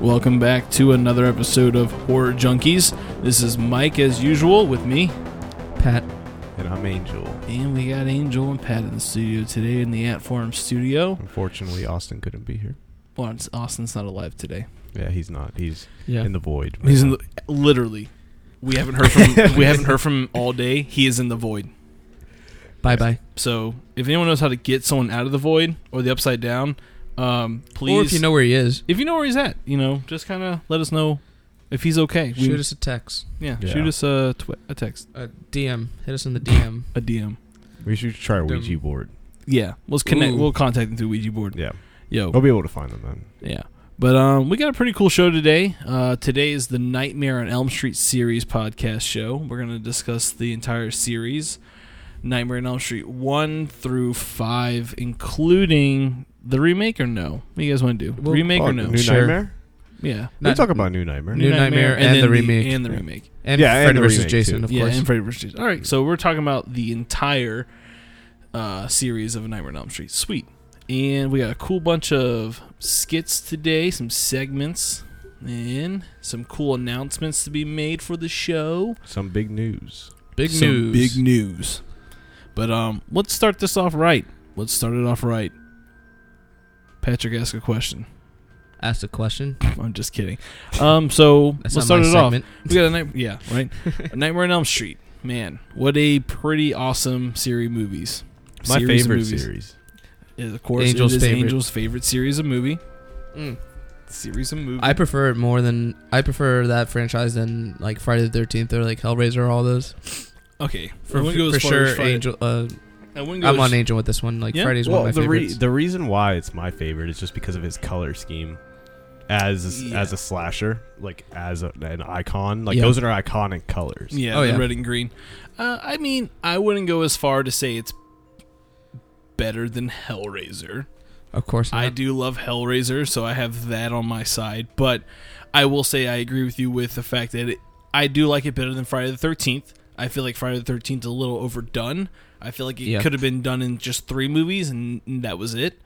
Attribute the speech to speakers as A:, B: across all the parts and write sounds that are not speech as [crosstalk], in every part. A: Welcome back to another episode of Horror Junkies. This is Mike, as usual, with me,
B: Pat.
C: And I'm Angel.
A: and we got Angel and Pat in the studio today in the At Farm studio.
C: Unfortunately, Austin couldn't be here.
A: Well, it's, Austin's not alive today.
C: Yeah, he's not. He's
B: Yeah.
C: in the void. right
A: He's in
C: now.
A: the, literally. We haven't heard from we haven't heard from him all day. He is in the void.
B: bye bye.
A: So if anyone knows how to get someone out of the void or the upside down, um, please
B: Or if you know where he is,
A: if you know where he's at, you know, just kind of let us know if he's okay. We-
B: shoot us a text,
A: yeah,
C: Yeah.
A: shoot us a, twi- a text,
B: a DM. Hit us in the DM.
A: a DM.
C: we should try a Ouija
B: Dumb.
C: board.
A: Yeah, let's connect.
B: Ooh.
A: We'll contact them through Ouija board.
C: Yeah.
B: Oh.
A: Yo,
C: I'll be able to find them then.
A: yeah. But um, we got a pretty cool show today. Uh, today is the Nightmare on Elm Street series podcast show. We're gonna discuss the entire series, Nightmare on Elm Street one through five, including the remake or no? What do you guys want to do?
B: Well,
A: remake
C: Oh,
A: or no?
C: New
B: Sure.
C: Nightmare?
A: yeah.
C: we
B: Not-
C: talk about New Nightmare.
B: New Nightmare and the
A: then
B: remake.
A: and the
C: Yeah.
A: remake.
B: And
C: Yeah, and
B: Freddy
C: the
B: vs.
C: remake,
B: Jason,
C: too.
B: of
A: yeah,
B: course.
A: and Freddy vs. Jason. All right, so we're talking about the entire uh, series of Nightmare on Elm Street. Sweet, and we got a cool bunch of skits today, some segments, and some cool announcements to be made for the show.
C: Some big news.
B: big
A: Some
B: news.
A: Big news. But um, let's start this off right. Let's start it off right. Patrick, ask a question. [laughs]
B: Ask a question.
A: I'm just kidding. Um, so
B: That's
A: let's start
B: not my
A: it off.
B: segment.
A: We got a night, yeah,
B: [laughs]
A: right. a Nightmare on Elm Street. Man, what a pretty awesome series of movies.
C: My
A: Series of
C: favorite
A: movies.
C: series.
A: is, of course,
B: Angel's
A: it is
B: favorite.
A: Angel's favorite series of movie.
B: Mm.
A: Series of movie.
B: I prefer it more than I prefer that franchise than like Friday the Thirteenth or like Hellraiser. All those
A: okay, I
B: for,
A: wouldn't go
B: for
A: as far as
B: sure.
A: Friday-
B: Angel. Uh,
A: I wouldn't go
B: I'm
A: as-
B: on Angel with this one. Like
A: Yeah?
B: Friday's
C: Well,
B: one of my
C: the, re-
B: favorites.
C: the reason why it's my favorite is just because of his color scheme as
A: Yeah.
C: as a slasher, like as a, an icon. Like
B: Yeah.
C: those are iconic colors.
A: Yeah,
B: Oh,
A: the
B: yeah.
A: red and green. Uh, I mean, I wouldn't go as far to say it's better than Hellraiser.
B: of course,
A: I
B: not.
A: do love Hellraiser, so I have that on my side. But I will say I agree with you with the fact that it, I do like it better than Friday the Thirteenth. I feel like Friday the Thirteenth is a little overdone. I feel like it
B: Yeah.
A: could have been done in just three movies, and that was it.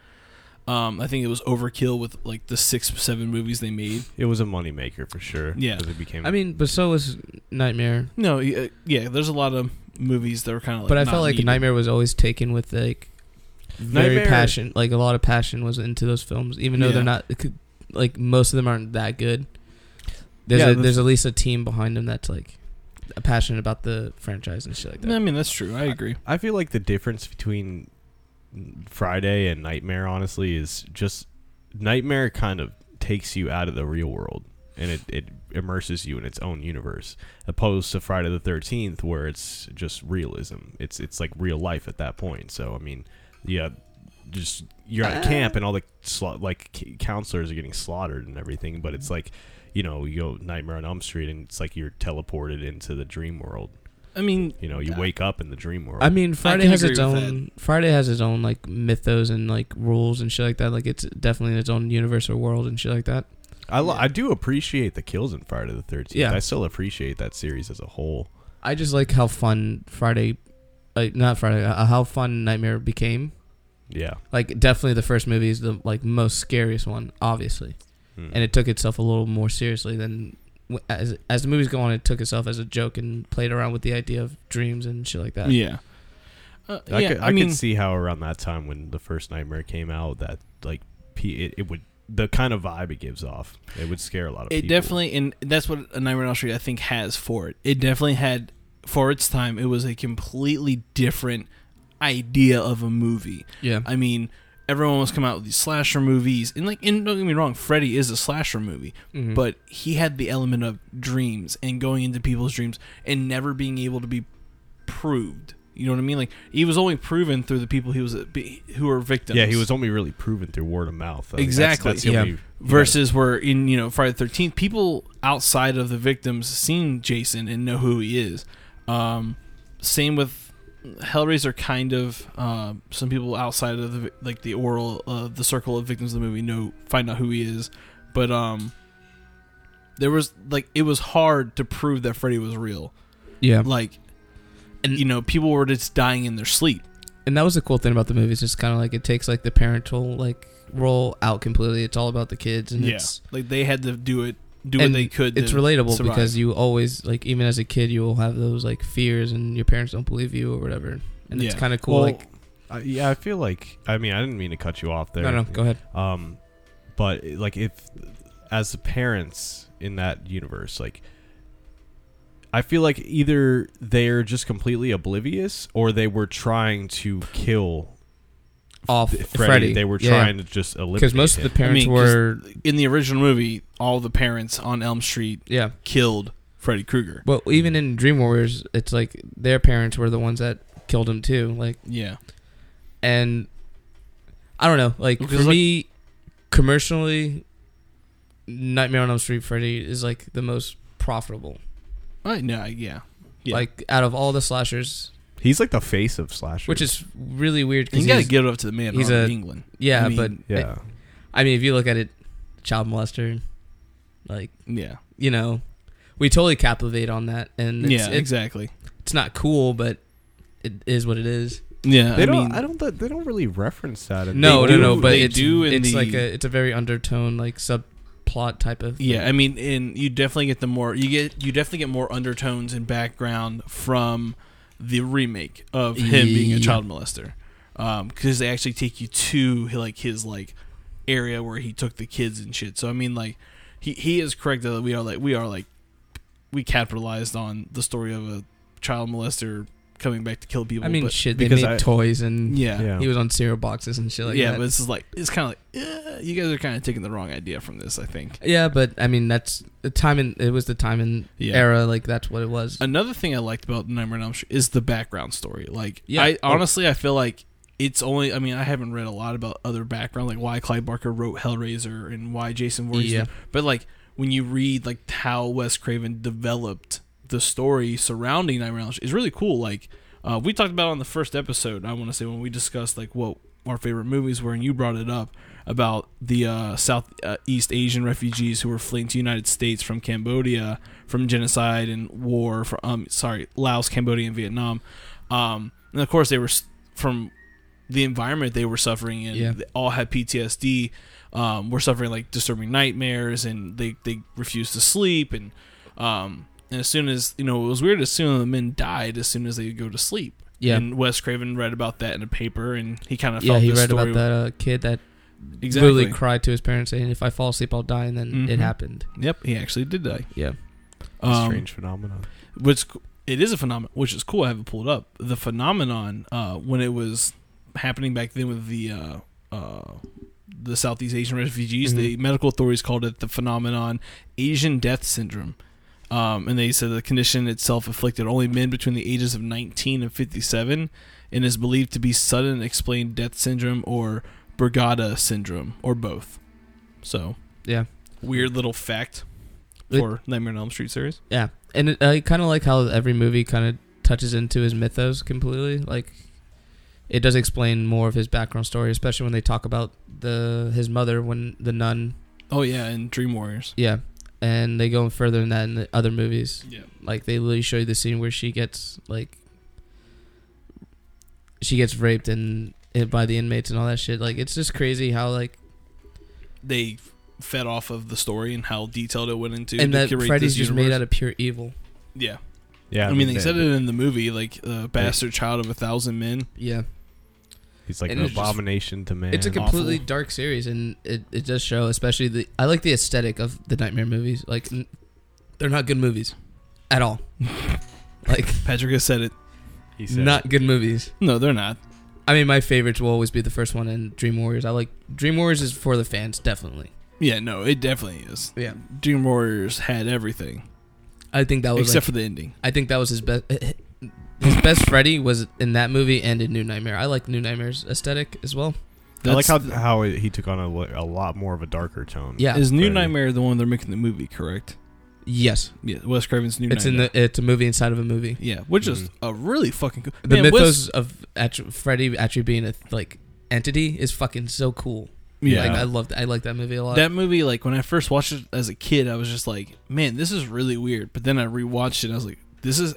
A: Um, I think it was overkill with like the six, seven movies they made.
C: It was a moneymaker for sure.
A: Yeah.
C: 'cause it became
B: I mean, but so was Nightmare.
A: No, y- uh, yeah, there's a lot of movies that were kind of. like
B: but I
A: not
B: felt like
A: needed.
B: Nightmare was always taken with like very
C: Nightmare-
B: passion, like a lot of passion was into those films, even though
A: Yeah.
B: they're not it could- like most of them aren't that good. There's
C: Yeah,
B: a,
C: the-
B: there's at least a team behind them that's like passionate about the franchise and shit like that.
A: I mean, that's true. I agree.
C: I feel like the difference between Friday and Nightmare, honestly, is just Nightmare kind of takes you out of the real world and it, it immerses you in its own universe, opposed to Friday the Thirteenth, where it's just realism. It's it's like real life at that point. So I mean, yeah, just you're at a camp and all the sla- like c- counselors are getting slaughtered and everything, but it's like. You know, you go Nightmare on Elm Street, and it's like you're teleported into the dream world.
A: I mean,
C: You know, you
A: Yeah.
C: wake up in the dream world.
B: I mean, Friday
A: can
B: has
A: agree
B: its
A: with
B: own Friday has its own like mythos and like rules and shit like that. Like it's definitely in its own universe or world and shit like that.
C: I, lo- I do appreciate the kills in Friday the 13th.
B: Yeah.
C: I still appreciate that series as a whole.
B: I just like how fun Friday, like not Friday, uh, how fun Nightmare became.
C: Yeah.
B: Like definitely the first movie is the like most scariest one, obviously.
C: Hmm.
A: Mm.
B: and it took itself a little more seriously than as as the movies go on. It took itself as a joke and played around with the idea of dreams and shit like that.
A: yeah. Uh,
C: I,
A: yeah,
C: could, I,
A: I mean,
C: could see how around that time when the first Nightmare came out that like p- it, it would the kind of vibe it gives off it would scare a lot of
A: it
C: people.
A: definitely and that's what a nightmare on elm street i think has for it it definitely had for its time it was a completely different idea of a movie
B: yeah.
A: i mean everyone was coming out with these slasher movies and like and don't get me wrong freddy is a slasher movie
C: Mm-hmm.
B: Mhm.
A: but he had the element of dreams and going into people's dreams and never being able to be proved you know what i mean like he was only proven through the people he was who were victims
C: yeah he was only really proven through word of mouth I mean, that's-
A: Exactly.
C: that's, the
B: Yeah.
C: only-
A: versus where in you know Friday the 13th people outside of the victims seen Jason and know who he is um same with Hellraiser kind of um some people outside of the vi- like the oral uh, the circle of victims of the movie know find out who he is but um there was like it was hard to prove that Freddy was real
B: yeah.
A: like
B: And-
A: you know people were just dying in their sleep
B: and that was the cool thing about the movie. It's just kind of like it takes like the parental like role out completely. It's all about the kids, and
A: yeah,
B: it's
A: like they had to do it, do what
B: And
A: they could.
B: it's
A: to
B: relatable
A: survive.
B: because you always like even as a kid you will have those like fears and your parents don't believe you or whatever, and it's
A: Yeah.
B: kind of cool.
C: Well,
B: like
C: I, yeah, I feel like I mean I didn't mean to cut you off there.
B: no, no, go ahead.
C: Um, but like if as the parents in that universe, like I feel like either they're just completely oblivious or they were trying to kill
B: Off
C: Freddy.
B: Freddy.
C: They were
B: Yeah.
C: trying to just eliminate
B: because most of
C: him.
B: the parents
A: I mean, 'cause-
B: were
A: in the original movie, all the parents on Elm Street
B: yeah.
A: killed Freddy Krueger.
B: Well, even in Dream Warriors, it's like their parents were the ones that killed him too. Like
A: Yeah,
B: and I don't know. Like for
A: Because, like-
B: me, commercially, Nightmare on Elm Street Freddy is like the most profitable.
A: I no, yeah, Yeah.
B: Like out of all the slashers,
C: he's like the face of slasher,
B: which is really weird.
A: you
B: Cause
A: got to
B: he's-
A: give it up to the man
B: he's
A: on
B: a-
A: England.
B: yeah,
A: I mean,
B: but
C: yeah,
B: I mean, if you look at it, child molester, like
A: Yeah,
B: you know, we totally captivate on that, and it's,
A: yeah,
B: it's,
A: exactly.
B: it's not cool, but it is what it is.
A: Yeah,
C: they
A: I
C: don't.
A: mean,
C: I don't. th- They don't really reference that. in
B: No,
A: They
B: no, no.
A: do-
B: But
A: they
B: it's,
A: do in
B: it's
A: the-
B: like a it's a very undertone like subplot type of
A: Yeah, I mean, and you definitely get the more you get you definitely get more undertones and background from the remake of him being a
B: Yeah.
A: child molester, because they actually take you to like his like area where he took the kids and shit. So I mean, like he he is correct that we are like we are like we capitalized on the story of a child molester coming back to kill people.
B: I mean,
A: but,
B: shit. They
C: because
B: made
C: I-
B: toys and
A: yeah, yeah,
C: Yeah.
B: he was on cereal boxes and shit like that.
A: but this is like it's kind of like eh, you guys are kind of taking the wrong idea from this. I think.
B: yeah, but I mean that's the time in it was the time in
A: Yeah.
B: era like that's what it was.
A: Another thing I liked about Nightmare on Elm Street is the background story. Like,
B: Yeah.
A: I honestly I feel like it's only. I mean, I haven't read a lot about other background, like why Clyde Barker wrote Hellraiser and why Jason Voorhees.
B: Yeah.
A: But like when you read like how Wes Craven developed the story surrounding Nightmare on Elm Street, it's really cool. Like uh, we talked about on the first episode. I want to say when we discussed like what our favorite movies were, and you brought it up about the uh, Southeast uh, East Asian refugees who were fleeing to the United States from Cambodia from genocide and war from um, sorry Laos, Cambodia, and Vietnam. Um, and of course, they were s- from the environment they were suffering in.
B: Yeah.
A: They all had PTSD. Um, were suffering like disturbing nightmares, and they they refused to sleep. And um, and as soon as you know, it was weird. As soon as the men died, as soon as they go to sleep.
B: Yeah.
A: And Wes Craven read about that in a paper, and he kind of
B: yeah,
A: felt
B: he
A: this
B: read
A: story
B: about that uh, kid that
A: exactly.
B: literally cried to his parents saying, "If I fall asleep, I'll die," and then
A: Mhm.
B: it happened.
A: Yep, he actually did die.
B: Yeah,
A: Um,
C: strange phenomenon.
A: which it is a phenomenon, which is cool. I haven't pulled up the phenomenon uh, when it was happening back then with the uh, uh, the Southeast Asian refugees.
B: Mhm.
A: The medical authorities called it the phenomenon Asian Death Syndrome, um, and they said the condition itself afflicted only men between the ages of 19 and 57, and is believed to be sudden explained death syndrome or Brigada syndrome or both. So
B: Yeah.
A: weird little fact
B: It-
A: for Nightmare on Elm Street series.
B: yeah, and it, I kind of like how every movie kind of touches into his mythos completely. Like, it does explain more of his background story, especially when they talk about the his mother when the nun.
A: Oh yeah, and Dream Warriors.
B: Yeah, and they go further than that in the other movies.
A: Yeah.
B: Like they literally show you the scene where she gets like she gets raped and hit by the inmates and all that shit. Like it's just crazy how like
A: They fed off of the story and how detailed it went into.
B: and
A: to
B: that
A: curate
B: Freddy's
A: this
B: just
A: universe.
B: made out of pure evil.
A: Yeah.
C: Yeah,
A: I mean, they said it in the movie, like uh, bastard child of a thousand men.
B: Yeah.
C: He's like
B: and
C: an
B: it's just-
C: abomination to man.
B: it's a
A: awful.
B: completely dark series and it, it does show especially the I like the aesthetic of the nightmare movies. Like n- they're not good movies at
A: [laughs]
B: all. like
A: Patrick has said it.
C: He said
B: not
C: it.
B: good movies.
A: No, they're not.
B: I mean, my favorites will always be the first one and Dream Warriors. I like Dream Warriors is for the fans, definitely.
A: Yeah, no, it definitely is.
B: Yeah,
A: Dream Warriors had everything
B: I think that was
A: except
B: like,
A: for the ending.
B: I think that was his best. [laughs] His best Freddy was in that movie and in New Nightmare. I like New Nightmare's aesthetic as well.
C: I like
A: That's
C: how
A: the-
C: how he took on a, lo- a lot more of a darker tone.
B: Yeah.
A: is New
C: Freddy.
A: Nightmare the one they're making the movie, correct?
B: yes,
A: Yeah, Wes Craven's New
B: it's in
A: Nightmare.
B: the. It's a movie inside of a movie.
A: yeah, which is
C: Mhm.
A: a really fucking cool.
B: The
A: Man, Wes-
B: mythos of actu Freddy actually being a like entity is fucking so cool.
A: yeah,
B: like, I love. I like that movie a lot.
A: That movie, like when I first watched it as a kid, I was just like, "Man, this is really weird." But then I rewatched it, and I was like, "This is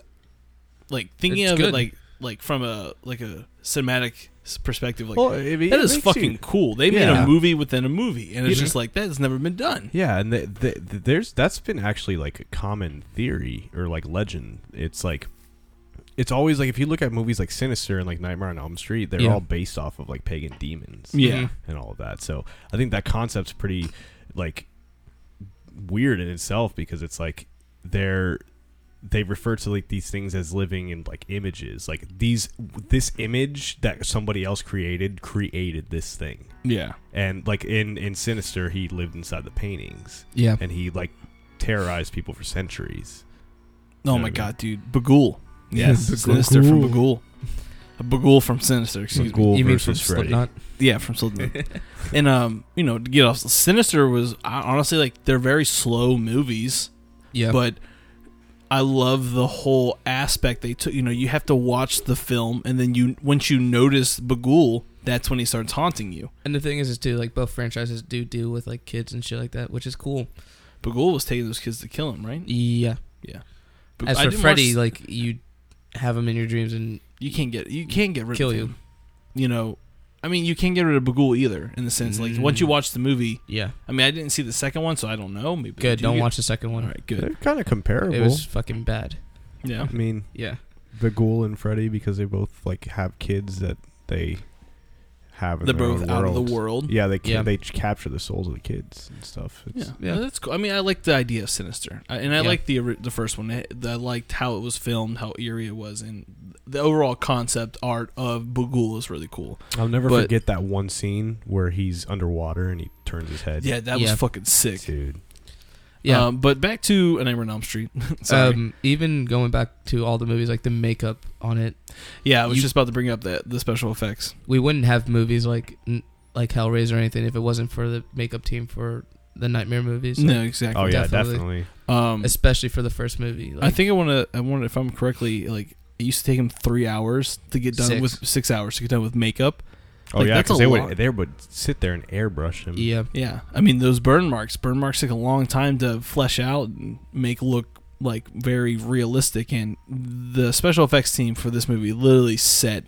A: like thinking
B: It's
A: of it
B: good.
A: like like from a like a cinematic s- perspective, like
C: well, I mean,
A: that
C: it
A: is
C: makes you-
A: fucking cool. They made
C: Yeah.
A: a movie within a movie, and it's
B: Mhm.
A: just like that's never been done.
C: Yeah, and the, the, the, there's that's been actually like a common theory or like legend. It's like it's always like if you look at movies like Sinister and like Nightmare on Elm Street, they're
B: Yeah.
C: all based off of like pagan demons
A: Yeah.
C: and all of that. So I think that concept's pretty like weird in itself because it's like they're they refer to like these things as living in like images like these this image that somebody else created created this thing
A: yeah,
C: and like in in sinister he lived inside the paintings
B: Yeah.
C: and he like terrorized people for centuries. [laughs]
A: Oh
C: Yeah,
A: my
C: yeah.
A: god, dude, Bagul. Yes,
B: Bagul.
A: Sinister from Bagul. A Bagul from Sinister. Excuse me.
C: Ghoul
B: you mean from
C: versus Freddy.
B: Slipknot?
A: Yeah, from Slipknot. and um, you know, to get off, Sinister was I- honestly like they're very slow movies,
B: Yeah.
A: but I love the whole aspect they took. You know, you have to watch the film, and then you once you notice Bagul, that's when he starts haunting you.
B: and the thing is, is too like both franchises do deal with like kids and shit like that, which is cool.
A: Bagul was taking those kids to kill him, right?
B: Yeah.
A: But
B: As
A: I
B: for
A: didn't
B: Freddy,
A: watch-
B: like you have him in your dreams and
A: you can't get you can't get rid
B: Kill
A: of
B: you.
A: him. You know, I mean, you can't get rid of Bagul either. In the sense, like once you
B: Mm.
A: watch the movie,
B: yeah,
A: I mean, I didn't see the second one, so I don't know. Maybe they
B: good.
A: do
B: Don't
A: get-
B: watch the second
A: All
B: one.
A: right, good.
C: They're kind of comparable.
B: It was fucking bad.
A: Yeah,
C: I mean,
B: Yeah.
C: the ghoul and Freddy because they both like have kids that they have. In
A: they're
C: their
A: both
C: own
A: out of the
C: world.
A: world.
C: Yeah, they ca-
B: Yeah.
C: they capture the souls of the kids and stuff. It's,
A: Yeah,
B: Yeah.
A: No, that's cool. I mean, I like the idea of Sinister, I, and I
B: Yeah.
A: like the ori- the first one. I, I liked how it was filmed, how eerie it was, and the overall concept art of Bagul is really cool.
C: I'll never
A: But-
C: forget that one scene where he's underwater and he turns his head.
A: Yeah, that
B: Yeah.
A: was fucking sick.
C: dude.
B: Yeah.
A: Um, but back to A Nightmare on Elm Street. [laughs] Sorry.
B: Um, even going back to all the movies, like the makeup on it,
A: yeah, I was
B: you-
A: just about to bring up the the special effects.
B: we wouldn't have movies like n- like Hellraiser or anything if it wasn't for the makeup team for the Nightmare movies.
A: No, exactly.
C: Oh yeah,
B: Definitely.
C: definitely.
A: Um,
B: especially for the first movie. Like,
A: I think I want to. I want if I'm correctly like. It used to take him three hours to get done
B: Six.
A: with six hours to get done with makeup.
C: Oh
A: Like,
C: yeah,
A: that's a
C: because they
A: lot.
C: would they would sit there and airbrush him.
B: yeah,
A: Yeah, I mean those burn marks. Burn marks take a long time to flesh out and make look like very realistic. And the special effects team for this movie literally set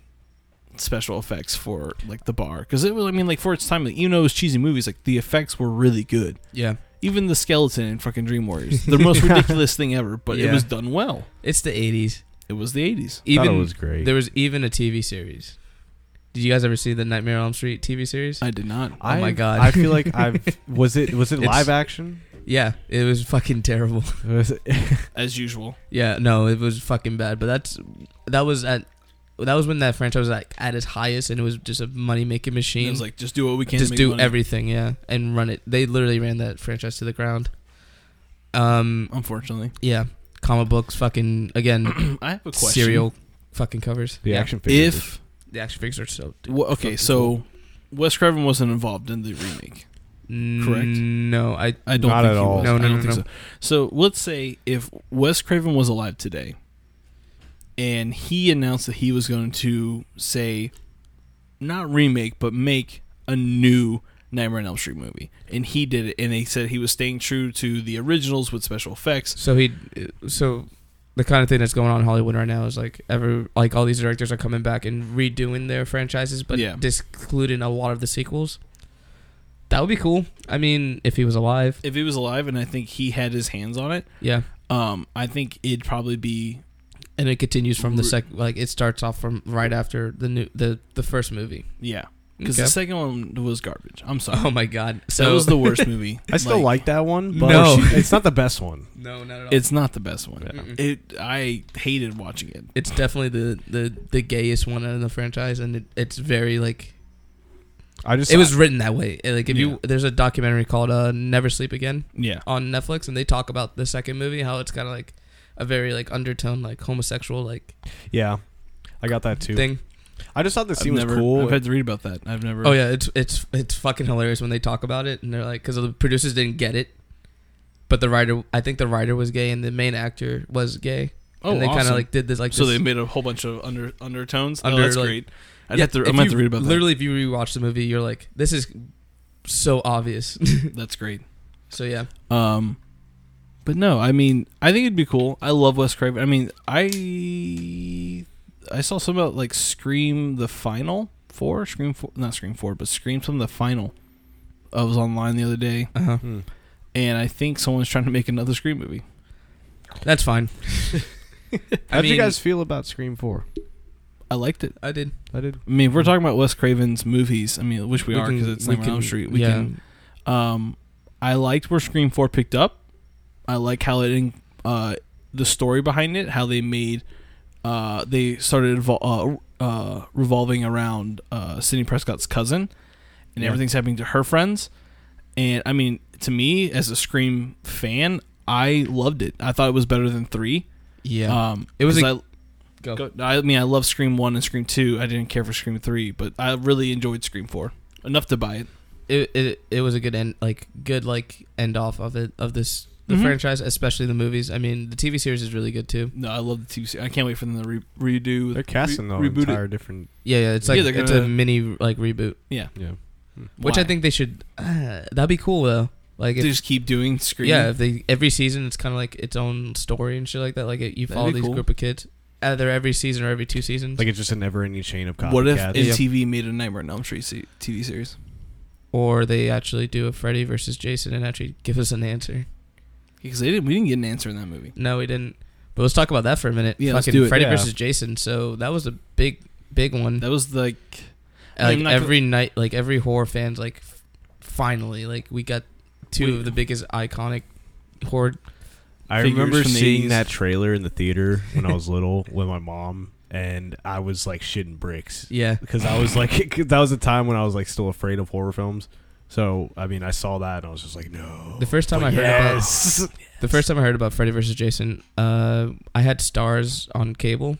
A: special effects for like the bar because it was. I mean, like for its time, like, even though it was cheesy movies, like the effects were really good.
B: yeah.
A: Even the skeleton in fucking Dream Warriors,
B: [laughs]
A: the most ridiculous thing ever, but it
B: Yeah.
A: was done well.
B: It's the '80s.
A: It was the '80s.
C: Thought
B: Even
C: it was great. [laughs]
B: there was even a TV series. Did you guys ever see the Nightmare on Elm Street TV series?
A: I did not.
B: Oh my
C: I've-
B: God.
C: I feel like I've [laughs] was it was it
B: It's-
C: live action?
B: yeah, it was fucking terrible. [laughs]
C: [laughs] Was it-
A: As usual,
B: yeah, no, it was fucking bad. But that's that was at that was when that franchise was like at its highest, and it was just a money making
A: it
B: machine.
A: was like just do what we can. to
B: just
A: make
B: do
A: money.
B: everything, yeah, and run it. They literally ran that franchise to the ground. Um, [clears throat]
A: Unfortunately,
B: yeah, comic books, fucking [coughs] again,
A: I have a question.
B: serial fucking covers.
C: the
B: yeah.
C: action figures.
A: If
B: the action figures are so.
A: Wha- okay,
B: fucking
A: so Wes Craven wasn't involved in the remake.
B: correct?
A: correct?
B: Mm, No, I
A: I don't
C: Not
A: think
C: at
A: he
C: all.
A: was.
B: No,
A: I
B: no,
A: don't
B: no,
A: think
B: no.
A: So. so let's say if Wes Craven was alive today and he announced that he was going to say not remake but make a new Nightmare on Elm Street movie. And he did it and he said he was staying true to the originals with special effects.
B: so he so the kind of thing that's going on in Hollywood right now is like ever like all these directors are coming back and redoing their franchises, but
A: Yeah.
B: discluding a lot of the sequels. That would be cool. I mean, if he was alive,
A: If he was alive and I think he had his hands on it,
B: yeah.
A: um, I think it'd probably be
B: And it continues from the
A: Re-
B: sec like it starts off from right after the new the the first movie.
A: yeah. Because
B: Okay.
A: the second one was garbage. I'm
C: [laughs]
A: sorry.
B: Oh my god! So
A: that was the
B: [laughs]
A: worst movie.
C: I still like, that one, but
B: No.
C: [laughs] it's not the best one.
B: no, not at all. It's
A: It's not the best one.
C: Yeah.
B: Mm-mm.
A: It I hated watching it.
B: it's definitely the the the gayest one in the franchise, and it, it's very like
C: I just
B: it was written that way. Uh, Like if
A: Yeah.
B: you there's a documentary called uh, Never Sleep Again
A: Yeah.
B: on Netflix, and they talk about the second movie how it's kind of like a very like undertone like homosexual like
C: yeah. I got that too.
B: thing.
C: I just thought the
A: I've
C: scene was
A: never,
C: cool.
A: I've had to read about that. I've never.
B: Oh yeah, it's it's it's fucking hilarious when they talk about it, and they're like because the producers didn't get it. But the writer, I think the writer was gay, and the main actor was gay,
A: Oh,
B: and they
A: awesome.
B: kind of like did this like
A: so
B: this-
A: they made a whole bunch of under undertones.
B: Under,
A: oh, that's
B: like-
A: great. I'd
B: Yeah,
A: have to. I'm
B: if
A: gonna have
B: you-
A: to read about
B: Literally, if you rewatch the movie, you're like, this is so obvious. [laughs]
A: that. That's great.
B: so yeah,
A: Um, but no, I mean, I think it'd be cool. I love Wes Craven. I mean, I I saw something about like Scream the Final Four, Scream Four, not Scream Four, but Scream something the Final. I was online the other day,
B: Uh huh.
C: Hmm.
A: and I think someone's trying to make another Scream movie.
B: That's fine.
C: How
B: I
C: did you
B: mean-
C: guys feel about Scream Four?
A: I liked it.
B: I did.
C: I did.
A: I mean, if we're talking about Wes Craven's movies. I mean, which we,
B: We
A: are
B: can-
A: because it's
B: we
A: Nightmare on Elm
B: can-
A: Street. We
B: yeah.
A: can. Um, I liked where Scream Four picked up. I like how it, in- uh, the story behind it, how they made, uh, they started evol- uh, uh, revolving around uh, Sidney Prescott's cousin, and
C: Yeah.
A: everything's happening to her friends. And I mean, to me as a Scream fan, I loved it. I thought it was better than three.
B: Yeah.
A: Um,
B: It was
A: 'cause
B: a-
A: I-
B: Go.
A: Go- I mean, I love Scream One and Scream Two. I didn't care for Scream Three, but I really enjoyed Scream Four enough to buy it.
B: It, it it was a good end, like good like end off of it of this the
A: Mhm.
B: franchise, especially the movies. I mean, the TV series is really good too.
A: No, I love the TV. series. I can't wait for them to re- redo.
C: They're casting the
A: re- reboot it.
C: entire different.
B: Yeah, yeah. It's like
A: Yeah, they're
B: it's a
A: gonna-
B: mini like reboot,
C: Yeah.
B: which
A: Why?
B: I think they should. Uh, that'd be cool though. Like
A: they
B: if,
A: just keep doing Scream.
B: yeah, if they every season it's kind of like its own story and shit like that. Like it, you
A: That'd
B: follow
A: be
B: these
A: cool.
B: group of kids either every season or every two seasons,
C: Like it's just a never-ending chain of copycats.
A: what if
B: Yeah.
A: MTV made a Nightmare on Elm Street se- TV series?
B: or they actually do a Freddy versus Jason and actually give us an answer.
A: Because they didn't. We didn't get an answer in that movie.
B: No, we didn't. But let's talk about that for a minute.
A: Yeah,
B: Fucking
A: let's do it.
B: Freddy
C: Yeah.
B: versus Jason. So that was a big, big one.
A: That was like I
B: like
A: mean, I'm not
B: every night, like every horror fans, like f- finally, like we got two
A: We-
B: of the biggest iconic horror.
C: I
A: figures
C: remember
A: from the
C: seeing
A: 80s.
C: that trailer in the theater when I was little with my mom, and I was like shitting bricks
B: Yeah,
C: because I was like [laughs] that was a time when I was like still afraid of horror films. So I mean, I saw that and I was just like, no.
B: The first time
C: But
B: I heard about-
C: yes.
B: [laughs]
C: about
B: the first time I heard about Freddy versus Jason, uh, I had Stars on cable,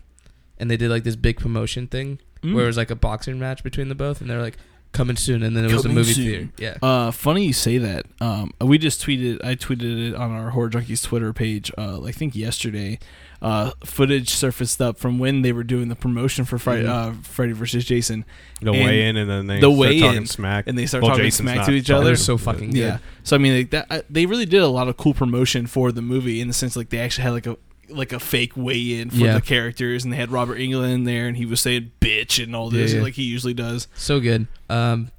B: and they did like this big promotion thing
A: Hmm.
B: where it was like a boxing match between the both, and they're like coming soon, and then it was a
A: Coming
B: movie
A: soon.
B: theater. Yeah,
A: Uh, funny you say that. Um, we just tweeted. I tweeted it on our horror junkies Twitter page. Uh, I think yesterday. Uh, footage surfaced up from when they were doing the promotion for Friday,
B: Mm-hmm.
A: uh, Freddy versus Jason,
C: the
A: and
C: weigh in and then they
A: the
C: start
A: weigh-in,
C: talking smack
A: and they start
C: Well,
A: talking
C: Jason's
A: smack
C: not
A: to each
C: talking
A: other.
B: they're so fucking good.
A: yeah. So I mean, like that. I, they really did a lot of cool promotion for the movie in the sense like they actually had like a like a fake weigh in for
B: Yeah.
A: the characters, and they had Robert England in there, and he was saying bitch and all
B: Yeah,
A: this
B: yeah.
A: like he usually does.
B: so good. Um,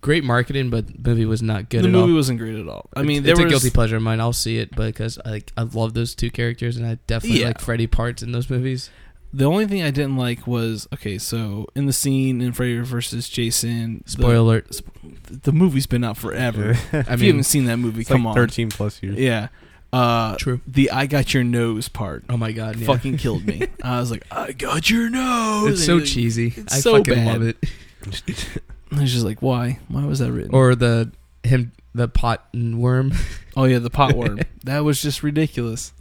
B: great marketing, but the movie was not good
A: the
B: at all.
A: movie wasn't great at all. I mean,
B: it's,
A: there
B: it's
A: was
B: a guilty pleasure of mine. I'll see it because I like I love those two characters, and I definitely
A: Yeah.
B: like Freddy parts in those movies.
A: The only thing I didn't like was okay, so in the scene in Freddy versus Jason, the-
B: Spoiler alert!
A: the, movie's been out forever.
C: [laughs] I
B: I
A: if you haven't
B: mean,
A: seen that movie,
C: it's
A: come
C: like
A: on,
C: thirteen plus years.
A: yeah. Uh,
B: true.
A: the I got your nose part
B: Oh my god! Yeah.
A: fucking killed me. I was like, I got your nose.
B: [laughs] It's so
A: And
B: cheesy.
A: it's
B: I
A: so
B: fucking
A: bad.
B: love it.
A: I was just like, why? Why was that written?
B: Or the him the pot and worm.
A: oh yeah,
B: [laughs]
A: the potworm. that was just ridiculous.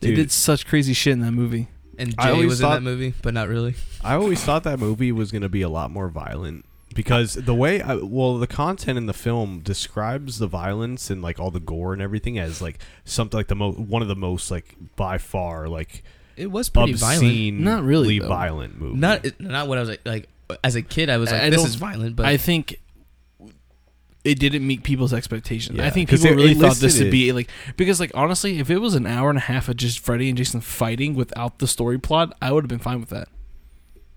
A: They
C: Dude.
A: did such crazy shit in that movie.
B: And
C: I
B: Jay
C: always
B: was in
C: thought-
B: that movie, but not really.
C: I always thought that movie was going to be a lot more violent because the way I, well the content in the film describes the violence and like all the gore and everything as like something like the most one of the most like by far like
B: It was pretty violent.
C: obscene
A: Not really, though.
C: violent movie
B: Not it- not when I was like like as a kid, I was like
A: I
B: this
A: don't-
B: is violent, but
A: I think it didn't meet people's expectations.
C: Yeah,
A: I think
C: 'cause
A: people
C: it-
A: really
C: it
A: thought this
C: listed
A: would be like because like honestly, if it was an hour and a half of just Freddy and Jason fighting without the story plot, I would have been fine with that.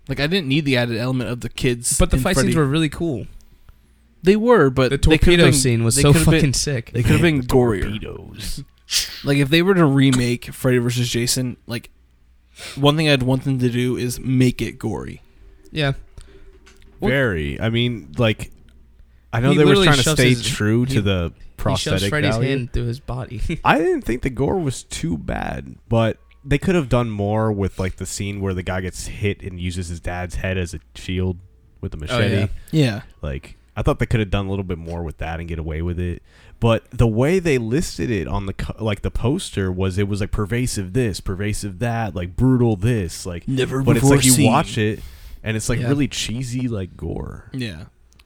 A: Like I didn't need the added element of the kids.
B: but the
A: and
B: fight
A: Freddy.
B: scenes were really cool.
A: they were, but
B: The
A: they could've
B: torpedo
A: been-
B: scene was
A: they
B: so
A: could've been-
B: fucking sick.
A: they could have been
C: The
A: gorier.
C: torpedoes
A: Like if they were to remake Freddy versus Jason, like one thing I'd want them to do is make it gory.
B: Yeah, Well-
C: very I mean like I know
B: He
C: they were
B: literally
C: trying to
B: shoves
C: stay
B: his-
C: true
B: he-
C: to the
B: he shoves
C: prosthetic
B: Freddy's
C: value.
B: hand through his body. [laughs]
C: I didn't think the gore was too bad, but they could have done more with like the scene where the guy gets hit and uses his dad's head as a shield with a machete.
B: Oh, yeah.
A: Yeah.
C: Like I thought they could have done a little bit more with that and get away with it. But the way they listed it on the co- like the poster was it was like pervasive this, pervasive that, like brutal this, like
A: Never
C: but it's
A: before
C: like you
A: seen.
C: watch it and it's like
B: Yeah.
C: really cheesy like gore.
A: Yeah.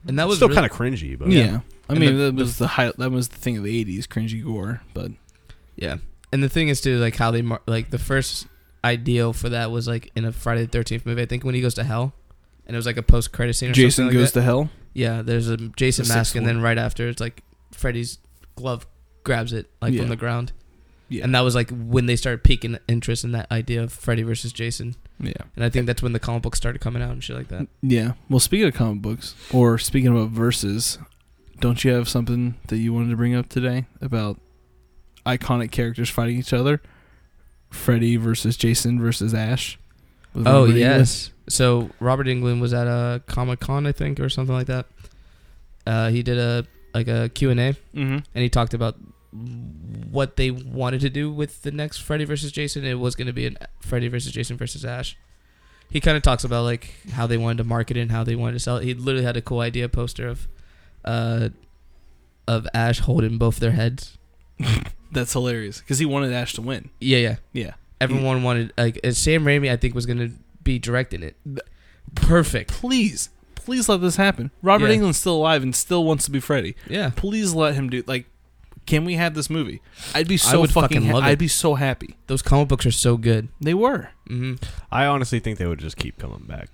B: and that was
C: still
B: really-
C: kind of cringy, but
A: Yeah. I
B: And
A: mean,
B: the-
A: that was the high, that was the thing of the '80s, cringy gore. But
B: Yeah, and the thing is too, like how they mar- like the first ideal for that was like in a Friday the Thirteenth movie. I think when he goes to hell, and it was like a post credit scene. Or
A: Jason goes to hell.
B: to yeah. There's a Jason
A: The
B: mask,
A: sixth
B: and then right after it's like Freddy's glove grabs it like
A: Yeah.
B: from the ground,
A: Yeah.
B: and that was like when they started piquing interest in that idea of Freddy versus Jason.
A: Yeah.
B: And I think that's when the comic books started coming out and shit like that.
A: Yeah. Well, speaking of comic books, or speaking about verses, don't you have something that you wanted to bring up today about iconic characters fighting each other? Freddy versus Jason versus Ash. With
B: Oh
A: Robert Englund?
B: yes. So Robert Englund was at a Comic Con, I think, or something like that. Uh, he did a like a Q and A,
A: Mm-hmm.
B: and he talked about what they wanted to do with the next Freddy versus Jason. It was going to be an Freddy versus Jason versus Ash. He kind of talks about like how they wanted to market it and how they wanted to sell it. He literally had a cool idea poster of, uh, of Ash holding both their heads.
A: That's hilarious because he wanted Ash to win.
B: Yeah, yeah.
A: Yeah.
B: Everyone wanted like uh, Sam Raimi. I think was going to be directing it. Perfect.
A: Please, please let this happen. Robert
B: Yeah.
A: England's still alive and still wants to be Freddy.
B: Yeah.
A: Please let him do like. Can we have this movie? I'd be so
B: would
A: fucking.
B: fucking
A: ha-
B: love it.
A: I'd be so happy.
B: Those comic books are so good.
A: They were.
B: hmm
C: I honestly think they would just keep coming back.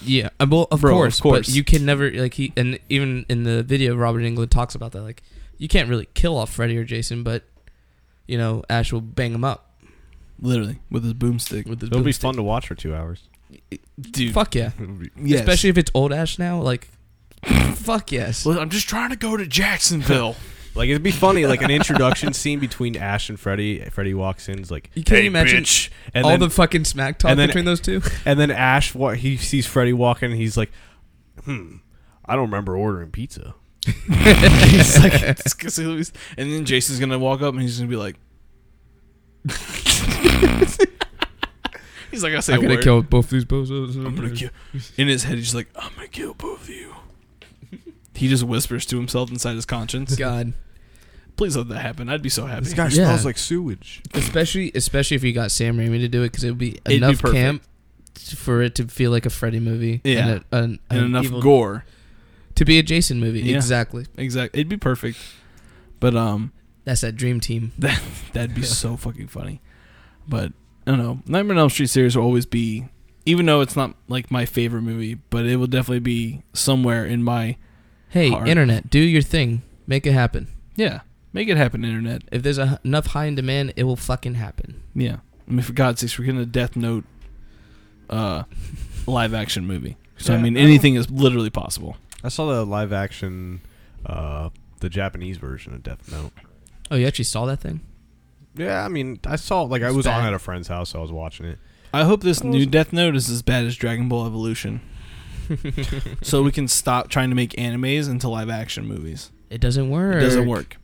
B: Yeah, uh, well, of,
A: Bro, of
B: course,
A: course.
B: But you can never like he and even in the video, Robert Englund talks about that. Like, you can't really kill off Freddy or Jason, but you know, Ash will bang him up
A: Literally with his boomstick,
B: with the.
C: It'll be
B: boomstick.
C: fun to watch for two [laughs] hours.
A: dude.
B: Fuck yeah,
C: It'll be-
A: yes.
B: especially if it's old Ash now.
A: [laughs]
B: Like, fuck yes.
A: Well, I'm just trying to go to
B: [laughs]
A: Jacksonville.
C: like it'd be funny, like an introduction scene between Ash and Freddy. Freddy walks in, is like,
B: You can't
C: "Hey,
B: imagine
C: bitch." And
B: all
C: then,
B: the fucking smack talk
C: and then-
B: between those two.
C: and then Ash, wa- he sees Freddy walking, and he's like, "Hmm, I don't remember ordering pizza."
A: He's like, "It's 'cause he was-" and then Jason's gonna walk up and he's gonna be like, [laughs] he's like, I [laughs] say,
B: I'm
A: a
B: gonna
A: word.
B: kill both these bozos.
A: I'm gonna
B: [laughs]
C: [laughs]
A: kill. In his head, he's just like, I'm gonna kill both of you. He just whispers to himself inside his conscience.
B: God,
A: Please let that happen. I'd be so happy.
C: This guy
B: Yeah.
C: smells like sewage.
B: especially especially if you got Sam Raimi to do it because it would be
A: be
B: enough
A: perfect.
B: camp for it to feel like a Freddy movie.
A: Yeah.
B: and, a, an,
A: and
B: an
A: enough
B: evil-
A: gore.
B: to be a Jason movie.
A: Yeah.
B: Exactly.
A: Exactly. It'd be perfect. But um,
B: That's that dream team.
C: [laughs]
A: That'd be so fucking funny. But I don't know. Nightmare on Elm Street series will always be, even though it's not like my favorite movie, but it will definitely be somewhere in my
B: Hey,
A: Hard.
B: internet, do your thing. Make it happen.
A: yeah. Make it happen, internet.
B: If there's a, enough high in demand, it will fucking happen.
A: Yeah. I mean, for God's sakes, we're getting a Death Note, uh, live action movie. So I
C: Yeah,
A: mean,
C: I
A: anything is literally possible.
C: I saw the live action, uh, the Japanese version of Death Note.
B: Oh, you actually saw that
A: [laughs]
B: thing?
C: Yeah, I mean, I saw like I
B: It's
C: was on
B: bad.
C: at a friend's house, so I was watching it.
A: I hope this new Death Note is as bad as Dragon Ball Evolution, so we can stop trying to make animes into live action movies.
B: It doesn't work.
A: It doesn't work.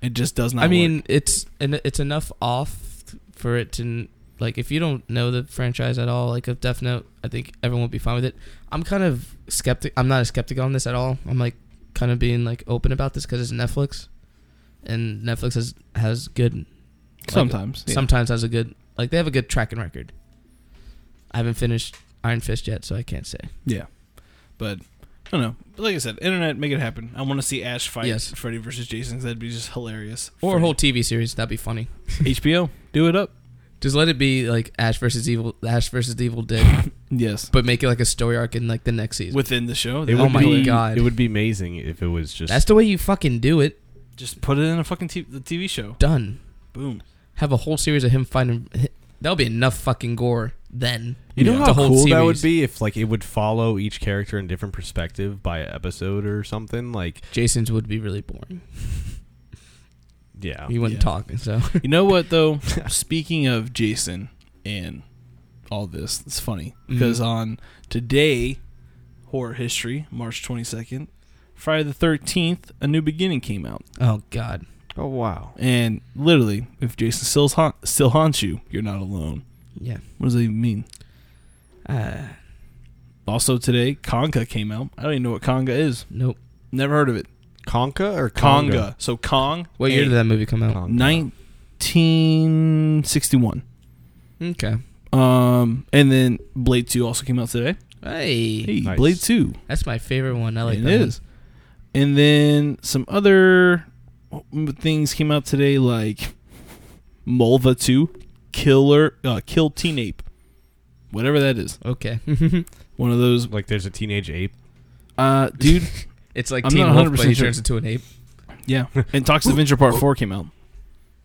A: It just does not.
B: I
A: work.
B: mean, it's en- it's enough off for it to n- like if you don't know the franchise at all, like of Death Note, I think everyone will be fine with it. I'm kind of skeptic. I'm not a skeptic on this at all. I'm like kind of being like open about this because it's Netflix, and Netflix has has good
A: sometimes. yeah.
B: sometimes has a good like they have a good tracking record. I haven't finished Iron Fist yet, so I can't say.
A: Yeah, but I don't know. But like I said, internet make it happen. I want to see Ash fight
B: Yes.
A: Freddy versus Jason. 'cause That'd be just hilarious.
B: Or a
A: Freddy-
B: whole TV series that'd be funny.
A: HBO, do it up.
B: Just let it be like Ash versus Evil, Ash versus the Evil Dead,
C: [laughs]
A: Yes,
B: but make it like a story arc in like the next season.
A: within the show.
C: It
A: that'd
B: Oh
C: would
A: be
B: my
C: be,
A: hilarious.
B: God.
C: It would be amazing if it was just
B: That's the way you fucking do it.
A: Just put it in a fucking t- the TV show.
B: Done.
A: Boom.
B: Have a whole series of him finding. That'll be enough fucking gore then.
C: You know
B: Yeah.
C: how
B: The whole
C: cool that would
B: series.
C: be if like it would follow each character in different perspective by episode or something. Like,
B: Jason's would be really boring.
C: Oh, yeah,
B: He wouldn't
A: Yeah.
B: talk. So [laughs]
A: You know what though? Speaking of Jason and all this, it's funny because
B: Mhm.
A: on today, horror history, March twenty second, Friday the thirteenth, a new beginning came out.
B: oh god.
C: oh wow,
A: And literally, if Jason still haunt, still haunts you, you're not alone.
B: Yeah.
A: What does that even mean?
B: Uh,
A: Also today, Conga came out. I don't even know what Conga is.
B: nope.
A: Never heard of it.
C: Conca or
A: Conga.
C: Conga?
A: So Kong.
B: What year did that movie come out?
C: Conga.
A: Nineteen sixty-one.
B: Okay.
A: Um, and then Blade Two also came out today.
B: Hey.
A: Hey,
C: Nice.
A: Blade Two.
B: That's my favorite one. I like
A: it
B: that one.
A: is. And then some other things came out today, like Mulva Two, Killer, uh, Kill Teen Ape, whatever that is. [laughs]
B: Okay.
A: One of those.
C: Like, there's a teenage ape.
A: Uh, dude.
B: it's like
A: I'm
B: Teen
A: not
B: Wolf, but
A: 100%
B: he
A: sure.
B: turns into an ape. [laughs]
A: Yeah. And Toxic Avenger Part Four came out.